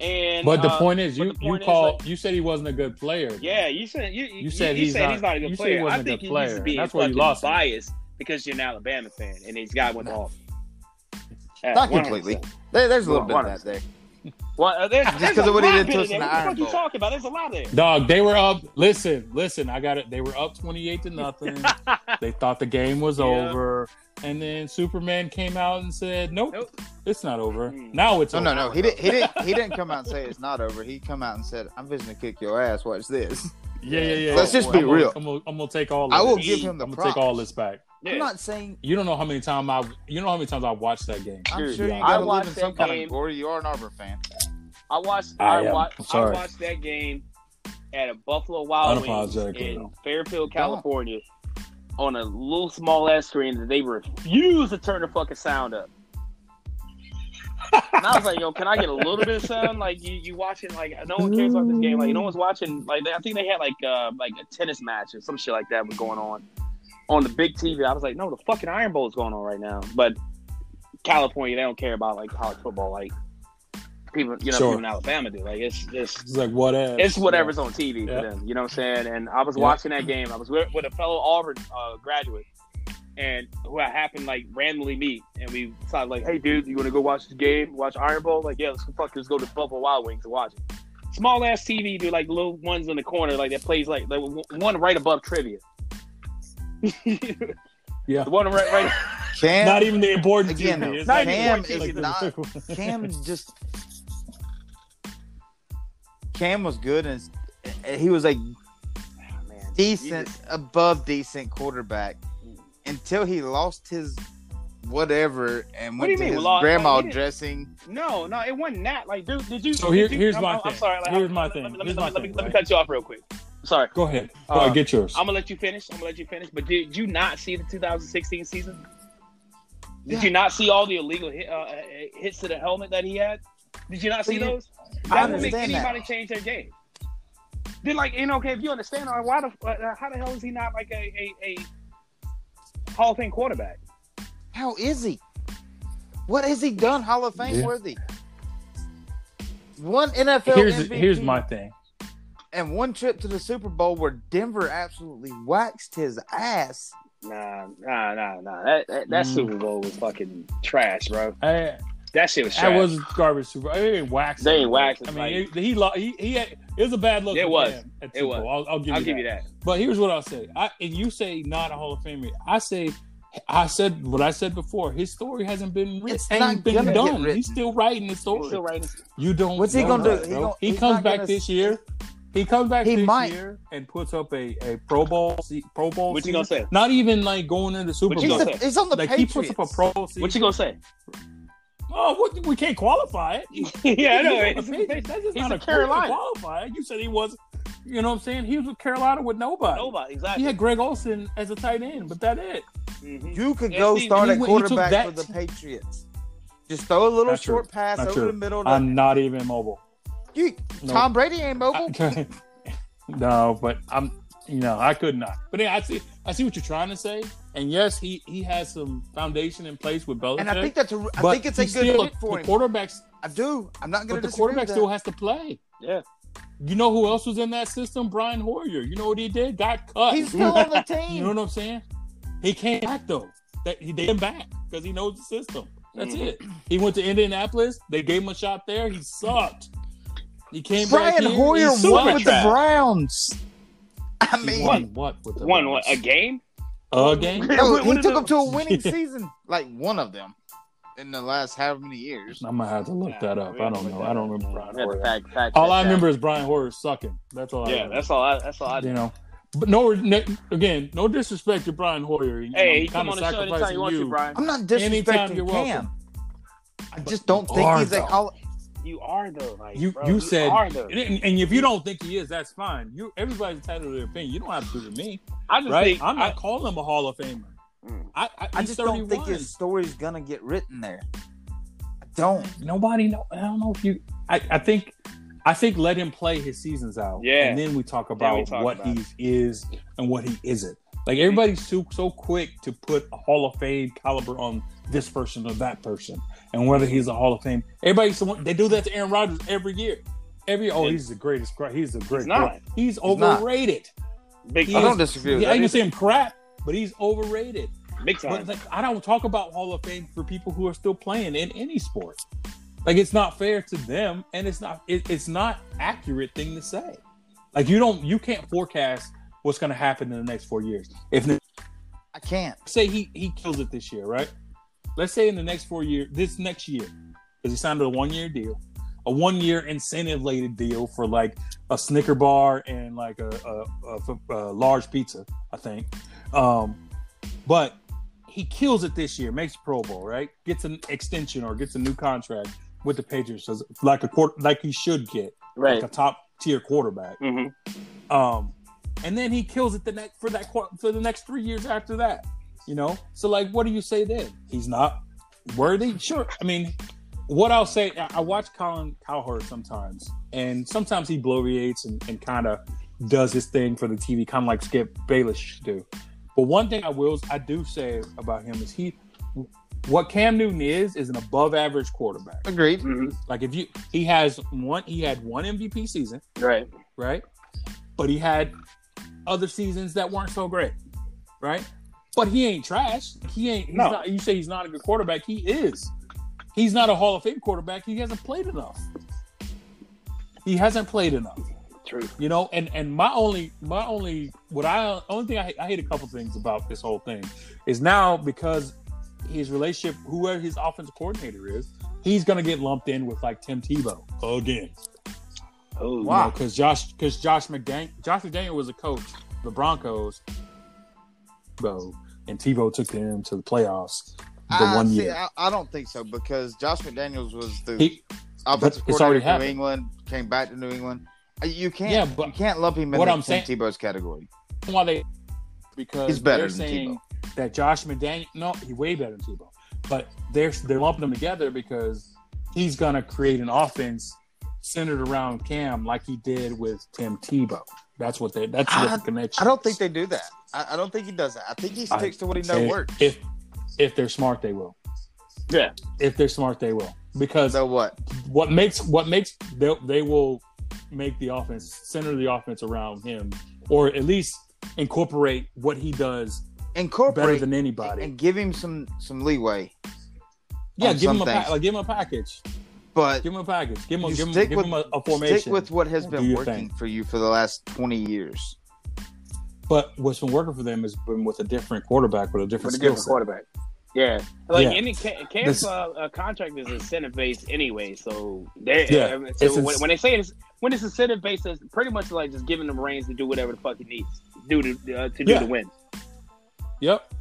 A: And
C: But the
A: uh,
C: point is,
A: but
C: you
A: the
C: you
A: point is,
C: called you said he wasn't a good player.
A: yeah, you said you, you,
C: said
A: you
C: he's
A: said
C: not-
A: he's not a good
C: you said he
A: player.
C: wasn't
A: I
C: a
A: think
C: good
A: he's
C: player,
A: just being
C: and that's why you
A: fucking
C: lost him.
A: biased because you're an Alabama fan, and he's got went to Auburn. Yeah,
B: Not
A: 100%.
B: completely. There, there's a little bit
A: Well,
B: of that there.
A: Well, uh, there's,
B: Just
A: there's
B: 'cause
A: a
B: of what he
A: lot
B: did to
A: bit
B: us
A: of
B: in
A: that. What
B: the Iron
A: the fuck
B: Bowl.
A: you talking about? There's a lot there.
C: Dog, they were up. Listen, listen, I got it. They were up 28 to nothing. they thought the game was
A: Yeah.
C: over. And then Superman came out and said, "Nope,
A: Nope.
C: it's not over.
A: Mm.
C: Now it's
B: No,
C: over."
B: no, no. He didn't. He didn't. He didn't come out and say it's not over. He come out and said, "I'm just gonna kick your ass. Watch this."
C: Yeah, yeah, yeah.
B: Let's
C: yeah.
B: just be
C: I'm gonna-
B: real.
C: I'm gonna, I'm gonna take all. Of
B: I will
C: this.
B: give him the
C: I'm gonna
B: props.
C: take all this back.
A: Yeah.
B: I'm not saying.
C: You don't know how many times I. You know how many times I watched that game.
B: I'm
A: Dude,
B: sure you
C: I
B: gotta live
A: watched
B: in some
A: that
B: kind of
A: game.
B: glory. You are an Auburn fan.
A: I watched.
C: I
A: I,
C: am.
A: watched.
C: Ah, I'm sorry.
A: I watched that game at a Buffalo Wild Wings
C: Unapologetically,
A: in
C: no.
A: Fairfield, California, on a little small ass screen that they refuse to turn the fucking sound up. And I was like, yo, can I get a little bit of sun? Like you, you watching like no one cares about this game. Like no one's watching. Like they, I think they had like uh like a tennis match or some shit like that was going on on the big TV. I was like, no, the fucking Iron Bowl is going on right now. But California, they don't care about like college football. Like people, you know,
C: Sure.
A: people in Alabama do. Like it's just
C: It's like whatever.
A: it's whatever's on TV
C: Yeah.
A: for them. You know what I'm saying? And I was
C: Yeah.
A: watching that game. I was with, with a fellow Auburn uh, graduate, and who I happened like randomly meet, and we decided like, "Hey, dude, you want to go watch this game? Watch Iron Bowl? Like, yeah, let's go fuck, let's go to Buffalo Wild Wings and watch it." Small ass TV, dude, like little ones in the corner, like that plays like, like one right above trivia.
C: Yeah.
A: The one right, right
B: Cam,
C: Not even the important
B: Again,
C: TV. It's
B: though,
C: not
B: Cam
C: even
B: is
C: important TV.
B: Cam just Cam was good and and he was a
A: man,
B: decent, above decent quarterback until he lost his whatever and
A: What
B: went
A: do
B: to
A: you mean
B: his
A: lost?
B: grandma
A: Like, he didn't-
B: dressing.
A: No, no, it wasn't that. Like, dude, did you?
C: So here-
A: did you-
C: here's
A: I'm,
C: my
A: I'm,
C: thing.
A: I'm sorry. Like,
C: Here's
A: I'm-
C: my
A: let me-
C: thing.
A: Let me,
C: Here's
A: let me,
C: my
A: let me,
C: thing,
A: let me
C: right?
A: cut you off real quick. Sorry.
C: Go ahead. Go
A: Uh,
C: ahead. Get yours.
A: I'm gonna let you finish. I'm gonna let you finish. But did you not see the 2016 season? Did
B: Yeah.
A: you not see all the illegal hit, uh, uh, hits to the helmet that he had? Did you not see
B: Yeah.
A: those?
B: I
A: That would make
B: understand that.
A: anybody change their game. Then, like, you know, okay, if you understand, like, why the uh, how the hell is he not like a a, a Hall of Fame quarterback?
B: How is he? What has he done Hall of Fame
C: Yeah.
B: worthy? One NFL
C: here's
B: MVP
C: here's my thing.
B: and one trip to the Super Bowl where Denver absolutely waxed his ass.
A: Nah, nah, nah, nah. That that, that
C: Mm.
A: Super Bowl was fucking trash, bro.
C: I,
A: That shit was trash.
C: I was garbage Super. I mean, waxing.
A: They ain't waxing,
C: I mean, he he, lo- he he had, it was a bad look.
A: It
C: for
A: was.
C: him At
A: It
C: Super
A: was.
C: Bowl. I'll, I'll give,
A: I'll
C: you,
A: give
C: that.
A: you that.
C: But here's what I'll say. I and you say not a Hall of Famer. I say I said what I said before. His story hasn't been written.
B: It's
C: ain't
B: not
C: been
B: gonna get
C: done.
B: written.
C: He's still writing the story.
A: Still writing-
C: You don't.
B: What's he
C: know
B: gonna do?
C: that,
B: He
C: bro.
B: gonna-
C: He,
B: he's
C: comes
B: not
C: back
B: gonna-
C: this year. He comes back
B: He
C: this
B: might.
C: year and puts up a, a Pro Bowl se- Pro Bowl.
A: What you
C: season.
A: gonna say?
C: Not even like going into Super
A: What you
B: He's,
C: Bowl.
A: gonna
B: the, he's on the
C: like
B: Patriots.
C: he puts up a Pro Bowl. Season.
A: What you gonna say?
C: Oh, what, we can't qualify it. He's
A: yeah, I
C: on
A: know.
C: the
A: It's-
C: Patriots. That's just
A: he's
C: not
A: a
C: a Carolina
A: Carolina.
C: qualifier. You said he was. You know what I'm saying? He was with Carolina with nobody.
A: Nobody,
C: He
A: exactly.
C: had Greg Olson as a tight end, but that it.
A: Mhm.
B: You could
A: And
B: go
A: see,
B: start
C: he
B: at
C: went- he took
B: quarterback
C: that
B: for the Patriots. Just throw a little
C: Not true.
B: short pass
C: Not
B: over
C: true.
B: the middle. To,
C: I'm not even mobile.
B: you,
C: no.
B: Tom Brady ain't mobile.
C: I- no, but I'm no, I could not. But yeah, I see I see what you're trying to say. And yes, he he has some foundation in place with Belichick.
B: and I think that's a, I
C: but
B: think it's a
C: he's
B: good
C: still-
B: fit for
C: the
B: him.
C: quarterbacks.
B: I do. I'm not going
C: But
B: to
C: the
B: disagree.
C: quarterback
B: With
C: still
B: that.
C: has to play.
A: Yeah.
C: You know who else was in that system? Brian Hoyer. You know what he did? Got cut.
B: He's still on the team.
C: you know what I'm saying? He came back though. That he they him back because he knows the system. That's
A: Mhm.
C: it. He went to Indianapolis. They gave him a shot there. He sucked. He came back.
B: Brian
C: here, he
B: Hoyer
C: sucked.
B: won with
A: trash.
B: the Browns. I
C: He
B: mean,
C: won what with the
A: One, what, a
C: Browns?
A: game?
C: a game?
B: no,
A: What- what
B: he
A: is
B: took
A: it?
B: them to a winning
C: Yeah.
B: season, like one of them, in the last how many years.
C: I'm gonna have to look that up. I don't know. I don't remember Brian
A: Yeah,
C: Hoyer.
A: fact- fact
C: All
A: check
C: I
A: that.
C: remember is Brian Hoyer sucking. That's all. I
A: Yeah,
C: remember.
A: that's all. I, that's all I.
C: you know. But no, no, again, no disrespect to Brian Hoyer. You know,
A: Hey,
C: I'm
A: he come
C: kinda
A: on the show anytime
C: sacrificing
A: you want to, Brian.
B: I'm not
C: Anytime you're
B: disrespecting
C: welcome.
B: Cam. I just don't
C: you
B: think
C: are,
B: he's a
C: though.
B: call.
A: You are though. Like,
C: You
A: bro,
C: you said,
A: are, though.
C: and, and if you don't think he is, that's fine. You everybody's entitled to their opinion. You don't have to do to me,
A: I just
C: right?
A: think
C: I'm not calling him a Hall of Famer.
A: Mm.
C: I I,
B: I
C: he's
B: just don't think
C: 31.
B: his story's gonna get written there. I don't.
C: nobody know. I don't know if you. I, I think, I think let him play his seasons out.
A: Yeah.
C: and then we talk
A: Then
C: about
A: we talk
C: what
A: about
C: he is and what he isn't. Like everybody's so so quick to put a Hall of Fame caliber on this person or that person, and whether he's a Hall of Fame. Everybody, someone they do that to Aaron Rodgers every year. Every oh,
A: Yeah.
C: he's the greatest. cra- He's the greatest.
A: not.
C: He's
B: not.
C: overrated.
A: big,
C: He
B: I
A: time.
B: don't disagree with
C: Yeah, I
B: that.
C: ain't
B: either.
C: gonna say him crap, but he's overrated.
A: big
C: But
A: time.
C: like, I don't talk about Hall of Fame for people who are still playing in any sport. Like it's not fair to them, and it's not it, it's not accurate thing to say. Like you don't you can't forecast what's going to happen in the next four years. If
B: I can't.
C: say he he kills it this year, right? Let's say in the next four years, this next year, because he signed a one year deal, a one year incentive laden deal for like a Snicker bar and like a, a, a f- a large pizza, I think. Um, but he kills it this year, makes Pro Bowl, right? Gets an extension or gets a new contract with the Patriots, does- like a quarter, like he should get,
A: right.
C: like a top tier quarterback.
A: hmm
C: Um, and then he kills it the next for that qu- for the next three years after that. You know, so like, what do you say then? He's not worthy. Sure, I mean, what I'll say, I I watch Colin Cowherd sometimes, and sometimes he bloviates and, and kind of does his thing for the TV, kind of like Skip Bayless do. But one thing I will, I do say about him is he, what Cam Newton is, is an above-average quarterback.
B: Agreed.
A: mm-hmm.
C: Like if you, he has one, he had one MVP season,
A: Right.
C: right? But he had other seasons that weren't so great, right? But he ain't trash. He ain't. He's
F: No.
C: not, you say he's not a good quarterback. He is. He's not a Hall of Fame quarterback. He hasn't played enough. He hasn't played enough.
A: True.
C: You know, and and my only my only what I only thing I, hate- I hate a couple things about this whole thing is now because his relationship, whoever his offensive coordinator is, he's gonna get lumped in with like Tim Tebow again.
D: Oh,
C: Wow, because Josh because Josh McDaniel Josh McDaniel was a coach of the Broncos, Bo, and Tebow took them to the playoffs the
B: I,
C: one
B: see,
C: year.
B: I, I don't think so because Josh McDaniels was the
C: He-
B: offensive
C: but it's
B: coordinator
C: already
B: for New
C: happened.
B: England, came back to New England. Uh, You can't,
C: Yeah, but
B: you can't lump him in
C: what
B: the
C: I'm
B: Tim
C: saying-
B: Tebow's category.
C: why they because
B: He's better
C: they're
B: than
C: saying that Josh McDaniel no he's way better than Tebow, but they're they're lumping them together because he's gonna create an offense centered around Cam like he did with Tim Tebow. That's what they that's what the connection.
B: I don't think
C: is.
B: they do that. I, I don't think he does that. I think he
C: I-
B: sticks to what he knows
C: if,
B: works.
C: If if they're smart, they will.
A: Yeah.
C: If they're smart, they will because
B: So what?
C: what makes what makes they they will make the offense center the offense around him or at least incorporate what he does better
B: Incorporate
C: than anybody.
B: and give him some some leeway,
C: yeah,
B: on
C: give him
B: some
C: a pa-
B: things.
C: like, give him a package.
B: but
C: Give him a package. Give him a,
B: You
C: give him,
B: stick
C: give
B: with-
C: him a, a formation.
B: stick with what has
C: Do
B: been
C: your
B: working
C: thing.
B: for you for the last twenty years.
C: but what's been working for them has been with a different quarterback with a
A: With
C: different
A: a
C: skill
A: different
C: set.
A: quarterback. Yeah. Like
C: Yeah.
A: any ca- Cam's
C: This-
A: uh, uh, contract is incentive based anyway, so they
C: Yeah.
A: uh, so
C: It's
A: when,
C: ins-
A: when they say it's when it's incentive based, it's pretty much like just giving them reins to do whatever the fuck he needs do to uh, to do
C: Yeah.
A: to win.
C: Yep.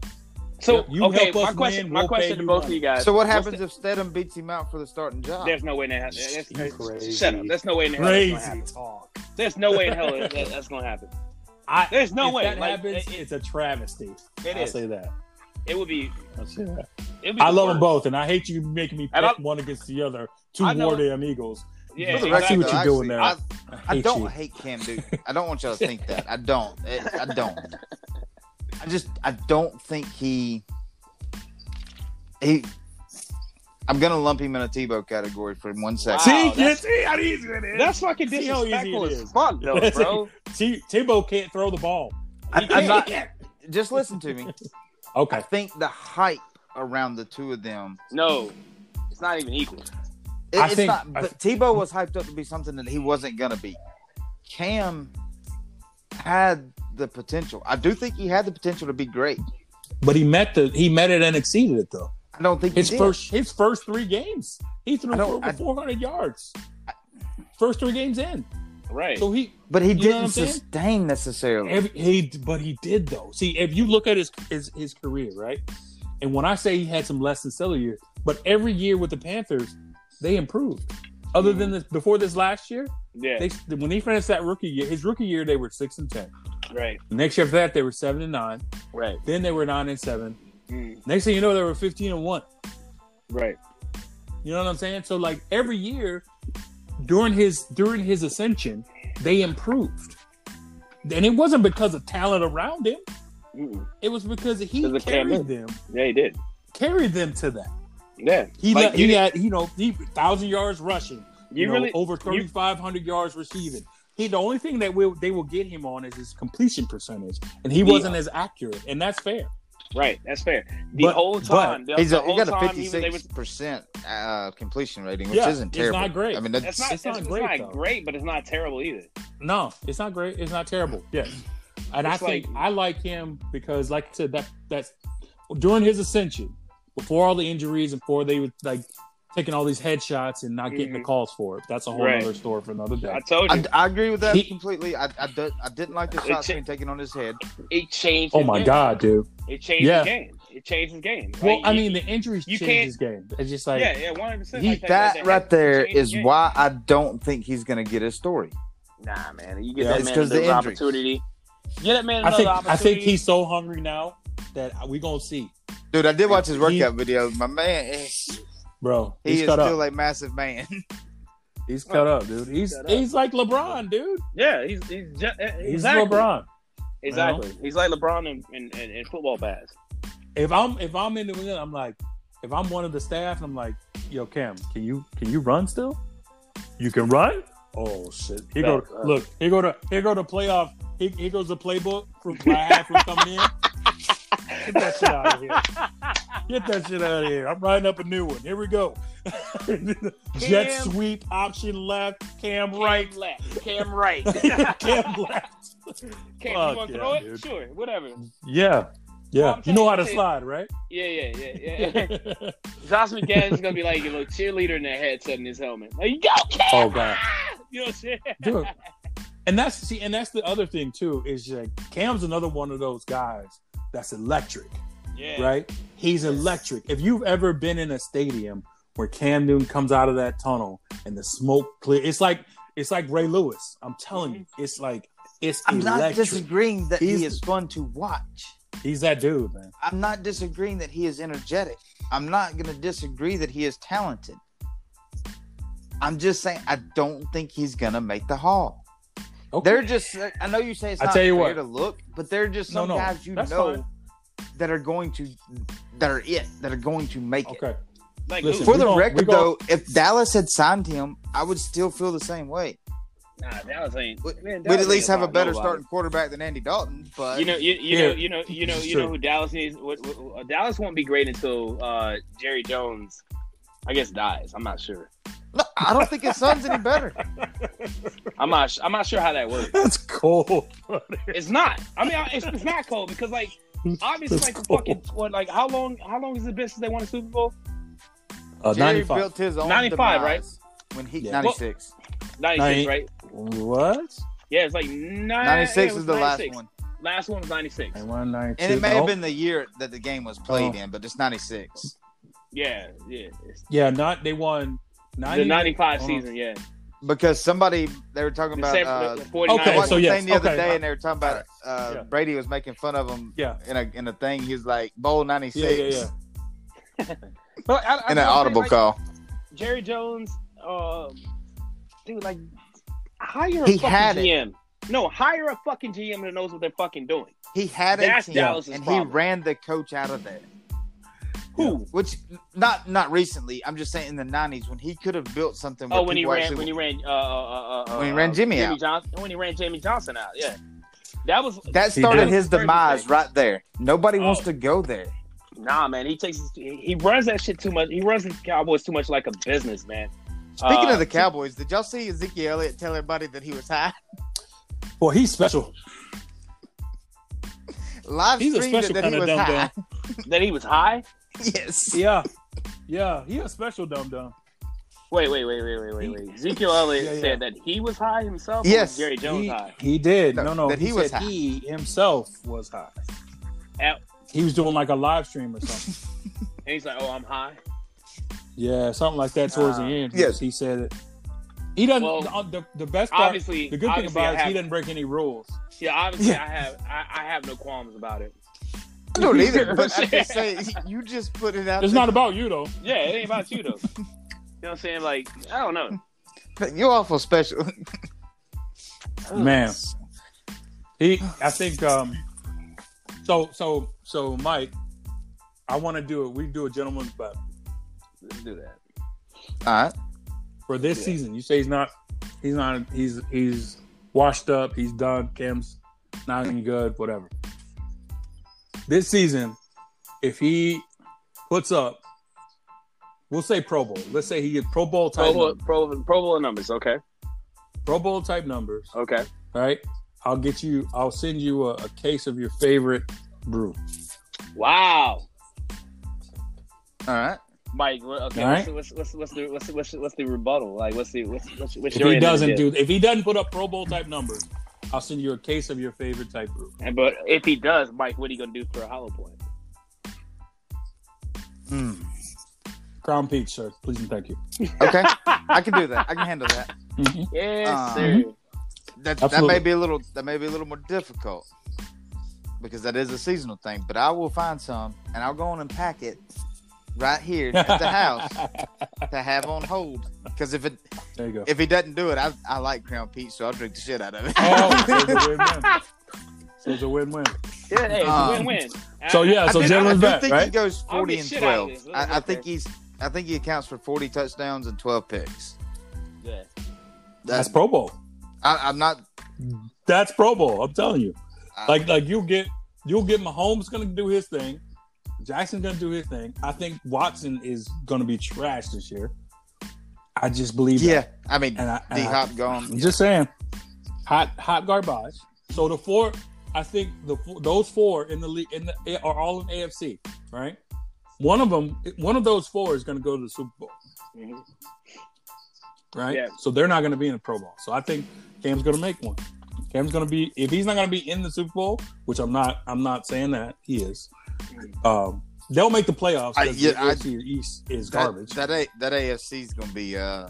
A: So
C: Yep. You
A: okay,
C: help us
A: my question,
C: win,
A: my
C: we'll pay
A: question to
C: you
A: both of
C: money.
A: you guys.
B: So what
A: What's
B: happens
A: the-
B: if Stedham beats him out for the starting job?
A: there's no way in hell. That's,
C: You crazy.
A: Shut up. That's no way in hell. That's gonna
C: Crazy
A: happen.
C: talk.
A: There's no way in hell that, that- that's gonna happen.
C: I,
A: There's no
C: if
A: way.
C: that
A: Like,
C: happens,
A: it-
C: it's a travesty.
A: It
C: I'll
A: is.
C: say that.
A: It would be.
C: I'll say that.
A: It would be
C: I
A: the
C: love them
A: worst.
C: both, and I hate you making me
A: And
C: pick one against the other. Two
A: I know-
C: war damn eagles.
A: Yeah,
B: For the
C: I see
A: exactly.
B: record,
C: what you're
B: though,
C: doing
B: actually,
C: there.
B: I, I,
C: hate
B: don't
C: you.
B: hate Cam Newton. I don't want y'all to think that. I don't. It- I don't. I just I don't think he he. I'm gonna lump him in a Tebow category for one second.
A: Wow,
C: See,
A: that's-
C: see how easy it is.
A: That's fucking
C: See how easy it
A: disrespectful as
C: is.
A: fuck, though,
C: That's it.
A: bro.
C: T- Tebow can't throw the ball.
B: I,
C: He
B: I'm not.
C: can't.
B: Just listen to me. I
C: Okay.
B: think the hype around the two of them.
A: No, it's not even equal.
B: it-
C: I
B: it's
C: think-
B: not.
C: I-
B: But Tebow was hyped up to be something that he wasn't gonna be. Cam had the potential. I do think he had the potential to be great.
C: But he met the he met it and exceeded it though.
B: I don't think
C: His
B: he did.
C: first his first three games, he
B: I
C: threw
B: don't-
C: for over
B: I-
C: 400 yards. First three games in,
A: Right.
C: so he
B: But he
C: You know what
B: didn't
C: I'm saying?
B: sustain necessarily.
C: every, he but he did though. See, if you look at his his, his career, right? And when I say he had some less than stellar years, but every year with the Panthers, they improved. Other than this, before this last year,
A: yeah.
C: they when he finished that rookie year, his rookie year they were six and ten.
A: Right.
C: Next year after that, they were seven and nine.
A: Right.
C: Then they were nine and seven.
A: Mm.
C: Next thing you know, they were fifteen and one.
A: Right.
C: You know what I'm saying? So like every year during his during his ascension, they improved. And it wasn't because of talent around him.
A: Mm-mm.
C: It was because he
A: Because of Cam
C: carried them,
A: Yeah, he did.
C: carried them to that.
A: Yeah.
C: He
A: Like,
C: le-
A: you
C: he
A: did-
C: had you know he thousand yards rushing,
A: You,
C: you, know
A: really.
C: over thirty five hundred yards receiving. He the only thing that will they will get him on is his completion percentage, and he
A: Yeah.
C: wasn't as accurate, and that's fair.
A: Right. That's fair. The
C: But-
A: whole time. the,
B: He's
A: the
B: a, he
A: whole
B: got a
A: time he was- they
B: fifty-six
A: was-
B: percent uh, completion rating, which
C: Yeah,
B: isn't
C: it's
B: terrible.
C: not great.
B: I mean, that's,
A: That's not,
C: It's
A: it's,
C: not
A: it's
C: great,
A: not
C: though.
A: great, but it's not terrible either.
C: No, it's not great. It's not terrible. Yes. And I
A: It's
C: think
A: like-
C: I like him because, like I said, that that's during his ascension, before all the injuries and before they were like taking all these headshots and not getting the
A: Mhm.
C: calls for it. That's a whole
A: Right.
C: other story for another day.
A: I told you.
B: I, I agree with that
C: He-
B: completely. I, I, do, I didn't like the
A: It
B: shot
A: cha-
B: being taken on his head.
A: it changed.
C: oh
A: his
C: my
A: game.
C: god, dude.
A: It changed
C: Yeah.
A: his game. It changed his game.
C: Well,
A: Like,
C: I
A: he-
C: mean, the injuries
A: you
C: change
A: can't-
C: his game. It's just like
A: yeah, yeah, one hundred percent.
B: He-
A: Like
B: that
A: like
B: right there
A: changed his
B: is
A: game.
B: why I don't think he's going to get his story.
A: Nah, man, you get
C: Yeah,
A: that
B: it's
A: man
B: 'cause the
A: another
B: injuries.
A: opportunity. Get that man
C: I
A: another
C: think I
A: opportunity.
C: think he's so hungry now that we gonna see.
B: Dude, I did watch his
C: He-
B: workout video. My man, eh,
C: bro.
B: He
C: He's
B: is
C: cut
B: still
C: up.
B: a massive man.
C: He's cut up, dude. He's
A: Cut up.
C: he's like LeBron, dude.
A: Yeah, he's he's, ju- eh,
C: He's
A: exactly.
C: LeBron.
A: Exactly. He's like LeBron in, in, in, in football pass.
C: If I'm if I'm in New England, I'm like, if I'm one of the staff, I'm like, yo, Cam, can you can you run still? You can run? Oh shit! Here go
A: That's, uh,
C: look. Here go to here go to playoff. Here, here goes the playbook from I had from coming in. Get that shit out of here. Get that shit out of here. I'm writing up a new one. Here we go. Jet
A: Cam-
C: sweep, option left, Cam right,
A: left. Cam right.
C: Cam left.
A: Cam,
C: Fuck
A: you want to
C: yeah,
A: throw it?
C: dude.
A: Sure, whatever.
C: Yeah,
A: Well,
C: yeah.
A: I'm
C: You know how to
A: saying-
C: slide, right?
A: Yeah, yeah, yeah, yeah. Josh McGann is gonna be like a little cheerleader in that headset in his helmet. Like, you go, Cam!
C: Oh, God.
A: You know what I'm saying?
C: Dude. And that's see, and that's the other thing too is like Cam's another one of those guys that's electric,
A: Yeah.
C: right? He's electric. If you've ever been in a stadium where Cam Newton comes out of that tunnel and the smoke clear, it's like it's like Ray Lewis. I'm telling you, it's like it's
B: I'm not
C: electric.
B: disagreeing that
C: He's-
B: he is fun to watch.
C: He's that dude, man.
B: I'm not disagreeing that he is energetic. I'm not going to disagree that he is talented. I'm just saying I don't think he's going to make the hall.
C: Okay.
B: They're just I know you say it's
C: I
B: not
C: tell you
B: fair
C: what.
B: to look, but they're just
C: No,
B: some
C: no,
B: guys you know
C: that's fine.
B: that are going to that are it, that are going to make it.
C: okay.
A: Like,
C: Listen,
B: For
C: we
B: the
C: gon- we
B: record
C: gon-
B: though, if Dallas had signed him, I would still feel the same way.
A: nah, Dallas ain't.
B: We'd-
A: man, Dallas
B: We'd at least
A: ain't
B: have a
A: about
B: better
A: nobody.
B: starting quarterback than Andy Dalton, but
A: You know, you, you
C: Yeah.
A: know, you know, you know,
C: It's
A: you know
C: true.
A: who Dallas needs. What, what, what- uh, Dallas won't be great until uh, Jerry Jones, I guess, dies. I'm not sure.
B: Look, I don't think his son's any better.
C: Uh,
A: I'm not. I'm not sure how that works.
C: That's cool.
A: It's not. I mean, I- it's, it's not cold because, like, obviously,
C: That's
A: like the
C: cool.
A: fucking what, like how long? How long has it been since they won a Super Bowl?
C: Uh,
B: Jerry
C: 95.
B: built his own
A: 95,
B: demise When he
C: Yeah.
B: 96.
A: Ninety
C: Ninety-
A: six, right?
C: What?
A: Yeah, it's like nine,
B: 96
A: Uh, yeah, it
B: is
A: was 96.
B: the last one. Oh.
A: Last one was ninety six.
C: 91, 92.
B: And it may have
C: No.
B: been the year that the game was played
C: Oh.
B: in, but it's 96.
A: Yeah, yeah. It's
C: Yeah, not they won 90.
A: the ninety five
C: Hold on.
A: season. Yeah,
B: Because somebody, they were talking
A: the
B: about.
A: San-
B: uh,
A: the 49ers.
C: Okay,
B: I watched
C: so
B: a
C: yes,
B: thing the other
C: okay.
B: day, and they were talking about uh,
C: Yeah.
B: Brady was making fun of him
C: Yeah.
B: in a in a thing. He was like Bowl ninety
C: Yeah,
B: six
C: yeah, yeah.
A: But I- I-
B: in an
A: I'm saying,
B: audible
A: like,
B: call.
A: Jerry Jones, um, dude, like hire a
B: He
A: fucking
B: had it.
A: GM. No, hire a fucking GM that knows what they're fucking doing.
B: He had a
A: That's
B: team,
A: Dallas's
B: and
A: problem.
B: he ran the coach out of there.
A: Who?
B: Which not not recently. I'm just saying in the nineties when he could have built something. where
A: Oh, when he
B: people
A: ran,
B: actually-
A: when he ran, uh, uh, uh, uh,
B: When he ran Jimmy out.
A: Johnson, when he ran Jamie Johnson out, yeah, that was
B: that
C: He
B: started
C: did.
B: his demise right there. Nobody
A: Oh.
B: wants to go there.
A: Nah, man, he takes his- he runs that shit too much. He runs the Cowboys too much like a business, man.
B: Speaking
A: Uh,
B: of the Cowboys, did y'all see Ezekiel Elliott tell everybody that he was high?
C: Well, he's special.
B: Live
C: He's a
B: streamed it
C: special
B: that
C: kind
B: he was
C: of dumb
B: high.
C: dumb.
A: that he was high.
B: yes.
C: Yeah, yeah, he a special dumb dumb.
A: Wait, wait, wait, wait, wait, wait, wait. Ezekiel Elliott
C: Yeah, yeah.
A: said that he was high himself. or
B: Yes,
A: was Jerry Jones
C: he,
A: high.
C: he did.
B: No,
C: No, no,
B: that
C: he,
B: he was
C: was
B: high.
C: he himself was high.
A: Out.
C: He was doing like a live stream or something.
A: And he's like, "Oh, I'm high."
C: yeah, something like that towards
A: Uh,
C: the end.
B: yes.
C: he said it. He doesn't.
A: Well,
C: the, the best part,
A: Obviously,
C: the good thing
A: obviously
C: about
A: I
C: it is he
A: have-
C: doesn't break any rules.
A: Yeah, obviously,
C: Yeah.
A: I have I, I have no qualms about it.
B: I don't either. But I'm just saying, you just put it out.
C: It's
B: there.
C: not about you though.
A: Yeah, it ain't about you though. you know what I'm saying? Like, I don't know.
B: You're awful special.
C: man he i think um so so so mike i want to do it we do a gentleman's bet
A: Let's do that.
B: All right.
C: for this season you say he's not he's not he's he's washed up he's done cam's not any good whatever this season if he puts up we'll say pro bowl let's say he gets pro bowl type
A: Pro
C: pro
A: Bowl, Pro, Pro Bowl numbers, okay,
C: pro bowl type numbers
A: okay.
C: right i'll get you i'll send you a, a case of your favorite brew
A: Wow,
B: All right.
A: Mike. wha- Okay,
C: All right.
A: what's, what's, what's, the what's, the- what's, the- what's the rebuttal? Like, what's the what's, what's, what's
C: if
A: your
C: he
A: end of the
C: doesn't
A: deal?
C: do if he doesn't put up Pro Bowl type numbers, I'll send you a case of your favorite type brew.
A: And but if he does, Mike, what are you gonna do for a hollow point?
B: Hmm.
C: Crown Peach, sir. Please and thank you.
B: Okay. I can do that. I can handle that.
A: Yes,
B: Um,
A: sir.
B: That, that
C: Absolutely.
B: may be a little. That may be a little more difficult because that is a seasonal thing. But I will find some and I'll go on and pack it right here at the house to have on hold. Because if it
C: There you go.
B: if he doesn't do it, I, I like Crown Peach, so I'll drink the shit out of it.
C: Oh, so it's a win-win. So it's a win-win.
A: Yeah, hey, it's
B: Um,
A: a win-win.
C: So yeah,
B: I
C: so
B: think-
C: Jalen's
B: I do
C: back,
B: think he
C: right?
B: goes
A: I'll
B: forty
A: get
B: and
A: shit out of
B: twelve.
A: this. Let's
B: I, I
A: get
B: think
A: there.
B: he's. I think he accounts for forty touchdowns and twelve picks.
A: Ah, Yeah.
C: That's
B: That,
C: Pro Bowl.
B: I, I'm not.
C: That's Pro Bowl. I'm telling you.
B: I-
C: Like like you'll get you'll get Mahomes gonna do his thing. Jackson's gonna do his thing. I think Watson is gonna be trash this year. I just believe
B: Yeah,
C: that.
B: I mean,
C: And I,
B: D
C: and I
B: Hop gone.
C: I'm just saying. Hot hot garbage. So the four I think the four, those four in the league in the are all in AFC, right? One of them one of those four is gonna go to the Super Bowl.
A: Mhm.
C: Right?
A: Yeah.
C: So they're not gonna be in the Pro Bowl. So I think Cam's gonna make one. Cam's gonna be if he's not gonna be in the Super Bowl, which I'm not. I'm not saying that he is. Um, they'll make the playoffs.
B: I-
C: 'cause
B: yeah,
C: the
B: I-
C: AFC East is
B: That
C: garbage.
B: that, A, that AFC's gonna be. Uh,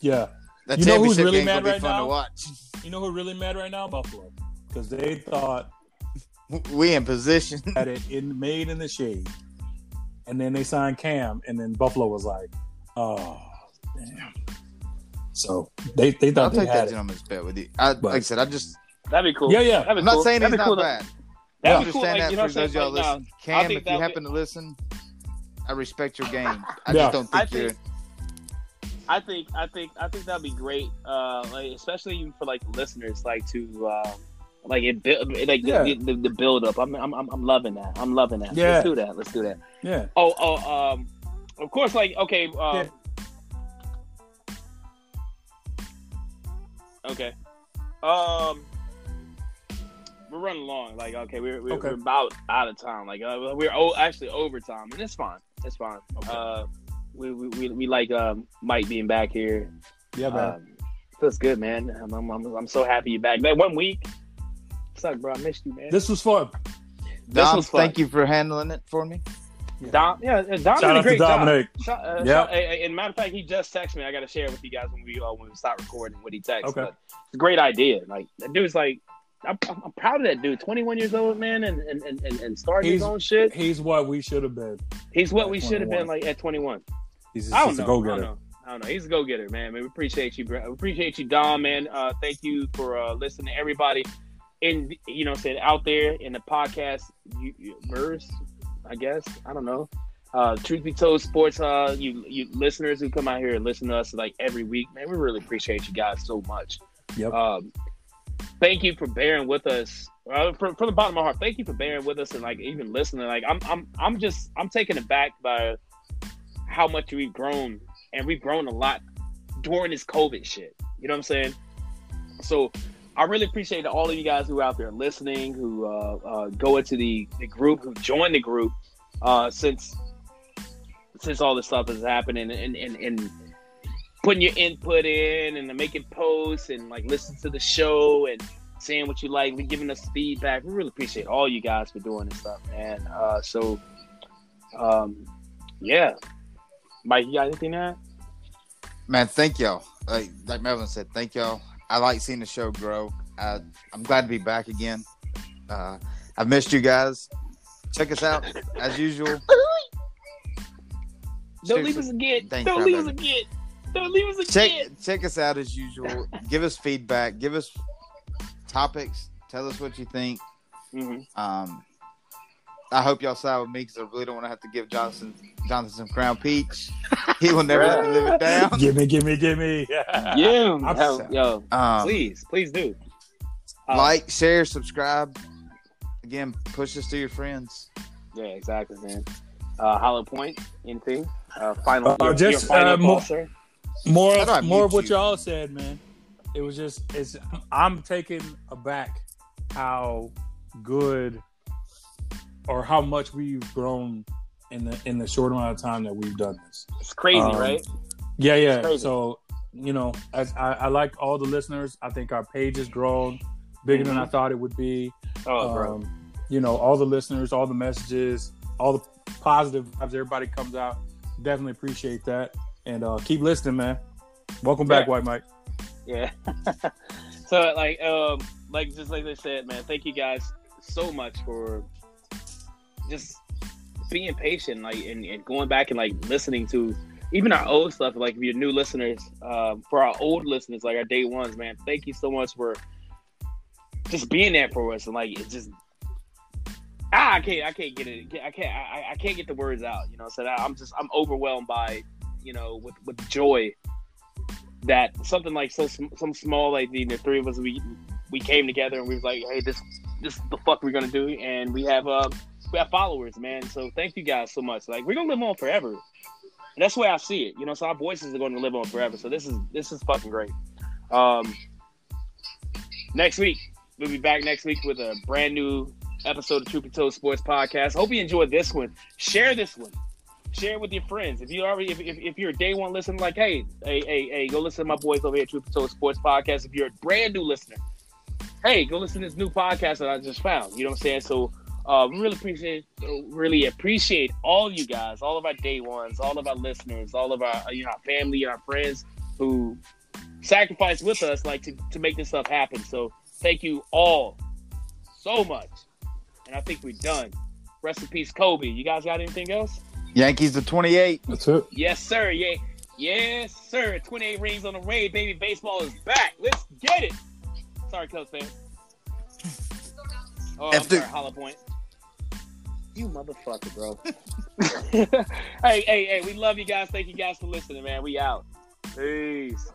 C: yeah.
B: that
C: You know who's
B: championship
C: really
B: game's gonna
C: mad
B: be
C: right
B: fun
C: now?
B: to watch.
C: You know who really mad right now? Buffalo, because they thought
B: We in position.
C: that it in made in the shade, and then they signed Cam, and then Buffalo was like, "Oh, damn." So they they
B: I'll
C: thought they
B: take that
C: had it.
B: gentleman's bet with you. I,
C: But-
B: like I said, I just.
A: That'd be cool.
C: Yeah, yeah.
A: That'd be
B: I'm not
A: cool.
B: saying
A: That'd be
B: he's not
A: cool to-
B: bad.
A: That'd
B: I
A: be cool,
B: understand
A: like,
B: that
A: you know
B: for
A: what I'm
B: those
A: saying?
B: y'all
A: Like, nah,
B: listen. Cam,
A: think
B: if
A: that
B: you
A: would-
B: happen to listen, I respect your game. I
C: Yeah.
B: just don't think
A: I
B: you're.
A: think- I think I think I think that'd be great, uh, like, especially even for like listeners, like to um, like it, build, it like
C: Yeah.
A: the, the, the build up. I'm, I'm I'm I'm loving that. I'm loving that.
C: Yeah.
A: Let's do that. Let's do that.
C: Yeah,
A: Oh oh um, of course like okay um,
C: Yeah.
A: okay, um, we're running long. Like okay, we're we're,
C: Okay.
A: we're about out of time. Like uh, we're o- actually over time, and it's fine. It's fine. Uh, we, we, we, we like um, Mike being back here.
C: yeah, man.
B: Uh,
A: Um, feels good, man. I'm, I'm, I'm, I'm so happy you're back. Man, one week. Suck, bro. I missed you, man.
C: this was fun.
B: Dom,
A: was fun.
B: thank you for handling it for me.
A: Dom, yeah, Dom
C: Shout
A: did a
C: out to
A: great job.
C: Dominic.
A: Shout, uh,
C: Yep.
A: shout- a- a- and matter of fact, he just texted me. I got to share it with you guys when we uh, when we stop recording what he texted.
C: Okay.
A: But it's a great idea. Like that dude's like, I'm, I'm I'm proud of that dude. 21 years old, man, and and and, and- and starting his
C: He's-
A: own shit.
C: He's what we should have been.
A: He's what we should have
C: 21.
A: been like at 21.
C: He's
A: I
C: just
A: don't know.
C: a go
A: I don't
C: getter.
A: know. I don't know. He's a go getter, man. man. We appreciate you, bro. We appreciate you, Dom, man. Uh, thank you for uh, listening, everybody. In you know, said out there in the podcast you, you, verse, I guess I don't know. Uh, truth be told, sports. Uh, you you listeners who come out here and listen to us like every week, man. We really appreciate you guys so much.
C: Yep.
A: Um, thank you for bearing with us. Uh, from, from the bottom of my heart, thank you for bearing with us and like even listening. Like I'm, I'm, I'm just, I'm taken aback by how much we've grown, and we've grown a lot during this COVID shit. You know what I'm saying? So I really appreciate all of you guys who are out there listening, who uh, uh, go into the, the group, who join the group uh, since since all this stuff is happening, and and and putting your input in, and making posts, and like listening to the show, and saying what you like, and giving us feedback. We really appreciate all you guys for doing this stuff, man. Uh, so, um, yeah. Mike, you got anything to add?
B: Man, thank y'all. Like, like Melvin said, thank y'all. I like seeing the show grow. I, I'm glad to be back again. Uh, I've missed you guys. Check us out as usual.
A: Don't leave us again.
B: Thank
A: Don't
B: you,
A: leave us
B: brother.
A: again. Don't leave us
B: Check
A: again.
B: check us out as usual. Give us feedback. Give us topics. Tell us what you think.
A: Mhm.
B: Um, I hope y'all side with me because I really don't want to have to give Johnson Johnson some crown peach. He will never let me live it down.
C: Give me, give me, give me.
A: Yeah,
C: I'm
A: hell,
C: sorry.
A: yo,
B: Um,
A: please, please do. Um,
B: like, share, subscribe. Again, push this to your friends.
A: yeah, exactly, man. Uh, Hollow Point, anything? Uh, final,
C: Uh,
A: your,
C: just,
A: your final
C: uh,
A: thought,
C: mo-
A: sir?
C: More,
B: How do I
C: of, more
B: mute
C: of what
B: you?
C: y'all said, man. It was just, it's. I'm taken aback how good or how much we've grown in the in the short amount of time that we've done this.
A: It's crazy,
C: um,
A: right?
C: Yeah,
A: It's
C: yeah.
A: crazy.
C: So you know, as I, I like all the listeners. I think our page has grown bigger than I thought it would be.
A: Mm-hmm. Oh, bro.
C: um, you know, all the listeners, all the messages, all the positive vibes everybody comes out. Definitely appreciate that. And uh, keep listening, man. Welcome back,
A: Yeah.
C: White Mike.
A: Yeah. so like um like just like they said, man, thank you guys so much for just being patient, like and, and going back and like listening to even our old stuff. Like if you're new listeners, um, for our old listeners, like our day ones, man, thank you so much for just being there for us and like it's just. Ah, I can't. I can't get it. I can't. I, I can't get the words out. You know, so now I'm just. I'm overwhelmed by, you know, with with joy that something like so sm- some small like the, the three of us we we came together and we was like hey this this is the fuck we're gonna do and we have uh we have followers man so thank you guys so much like we're gonna live on forever and that's the way I see it you know so our voices are gonna live on forever so this is this is fucking great um next week we'll be back next week with a brand new episode of Troop and Toe Sports Podcast hope you enjoyed this one share this one share it with your friends. If you already, if, if, if you're a day one listener, like, hey, hey, hey, hey, go listen to my boys over here at Truth Soul Sports Podcast. If you're a brand new listener, hey, go listen to this new podcast that I just found. You know what I'm saying? So, uh, we really appreciate, really appreciate all you guys, all of our day ones, all of our listeners, all of our, uh, you know, our family, our friends who sacrifice with us, like to, to make this stuff happen. So, thank you all so much, and I think we're done. Rest in peace, Kobe. You guys got anything else?
B: Yankees the 28.
C: That's it.
A: Yes, sir. Yeah. Yes, sir. 28 rings on the raid, baby. Baseball is back. Let's get it. Sorry, Cubs fans. Oh, I'm
B: After-
A: sorry, Hollow Point. You motherfucker, bro. hey, hey, hey. We love you guys. Thank you guys for listening, man. We out. Peace.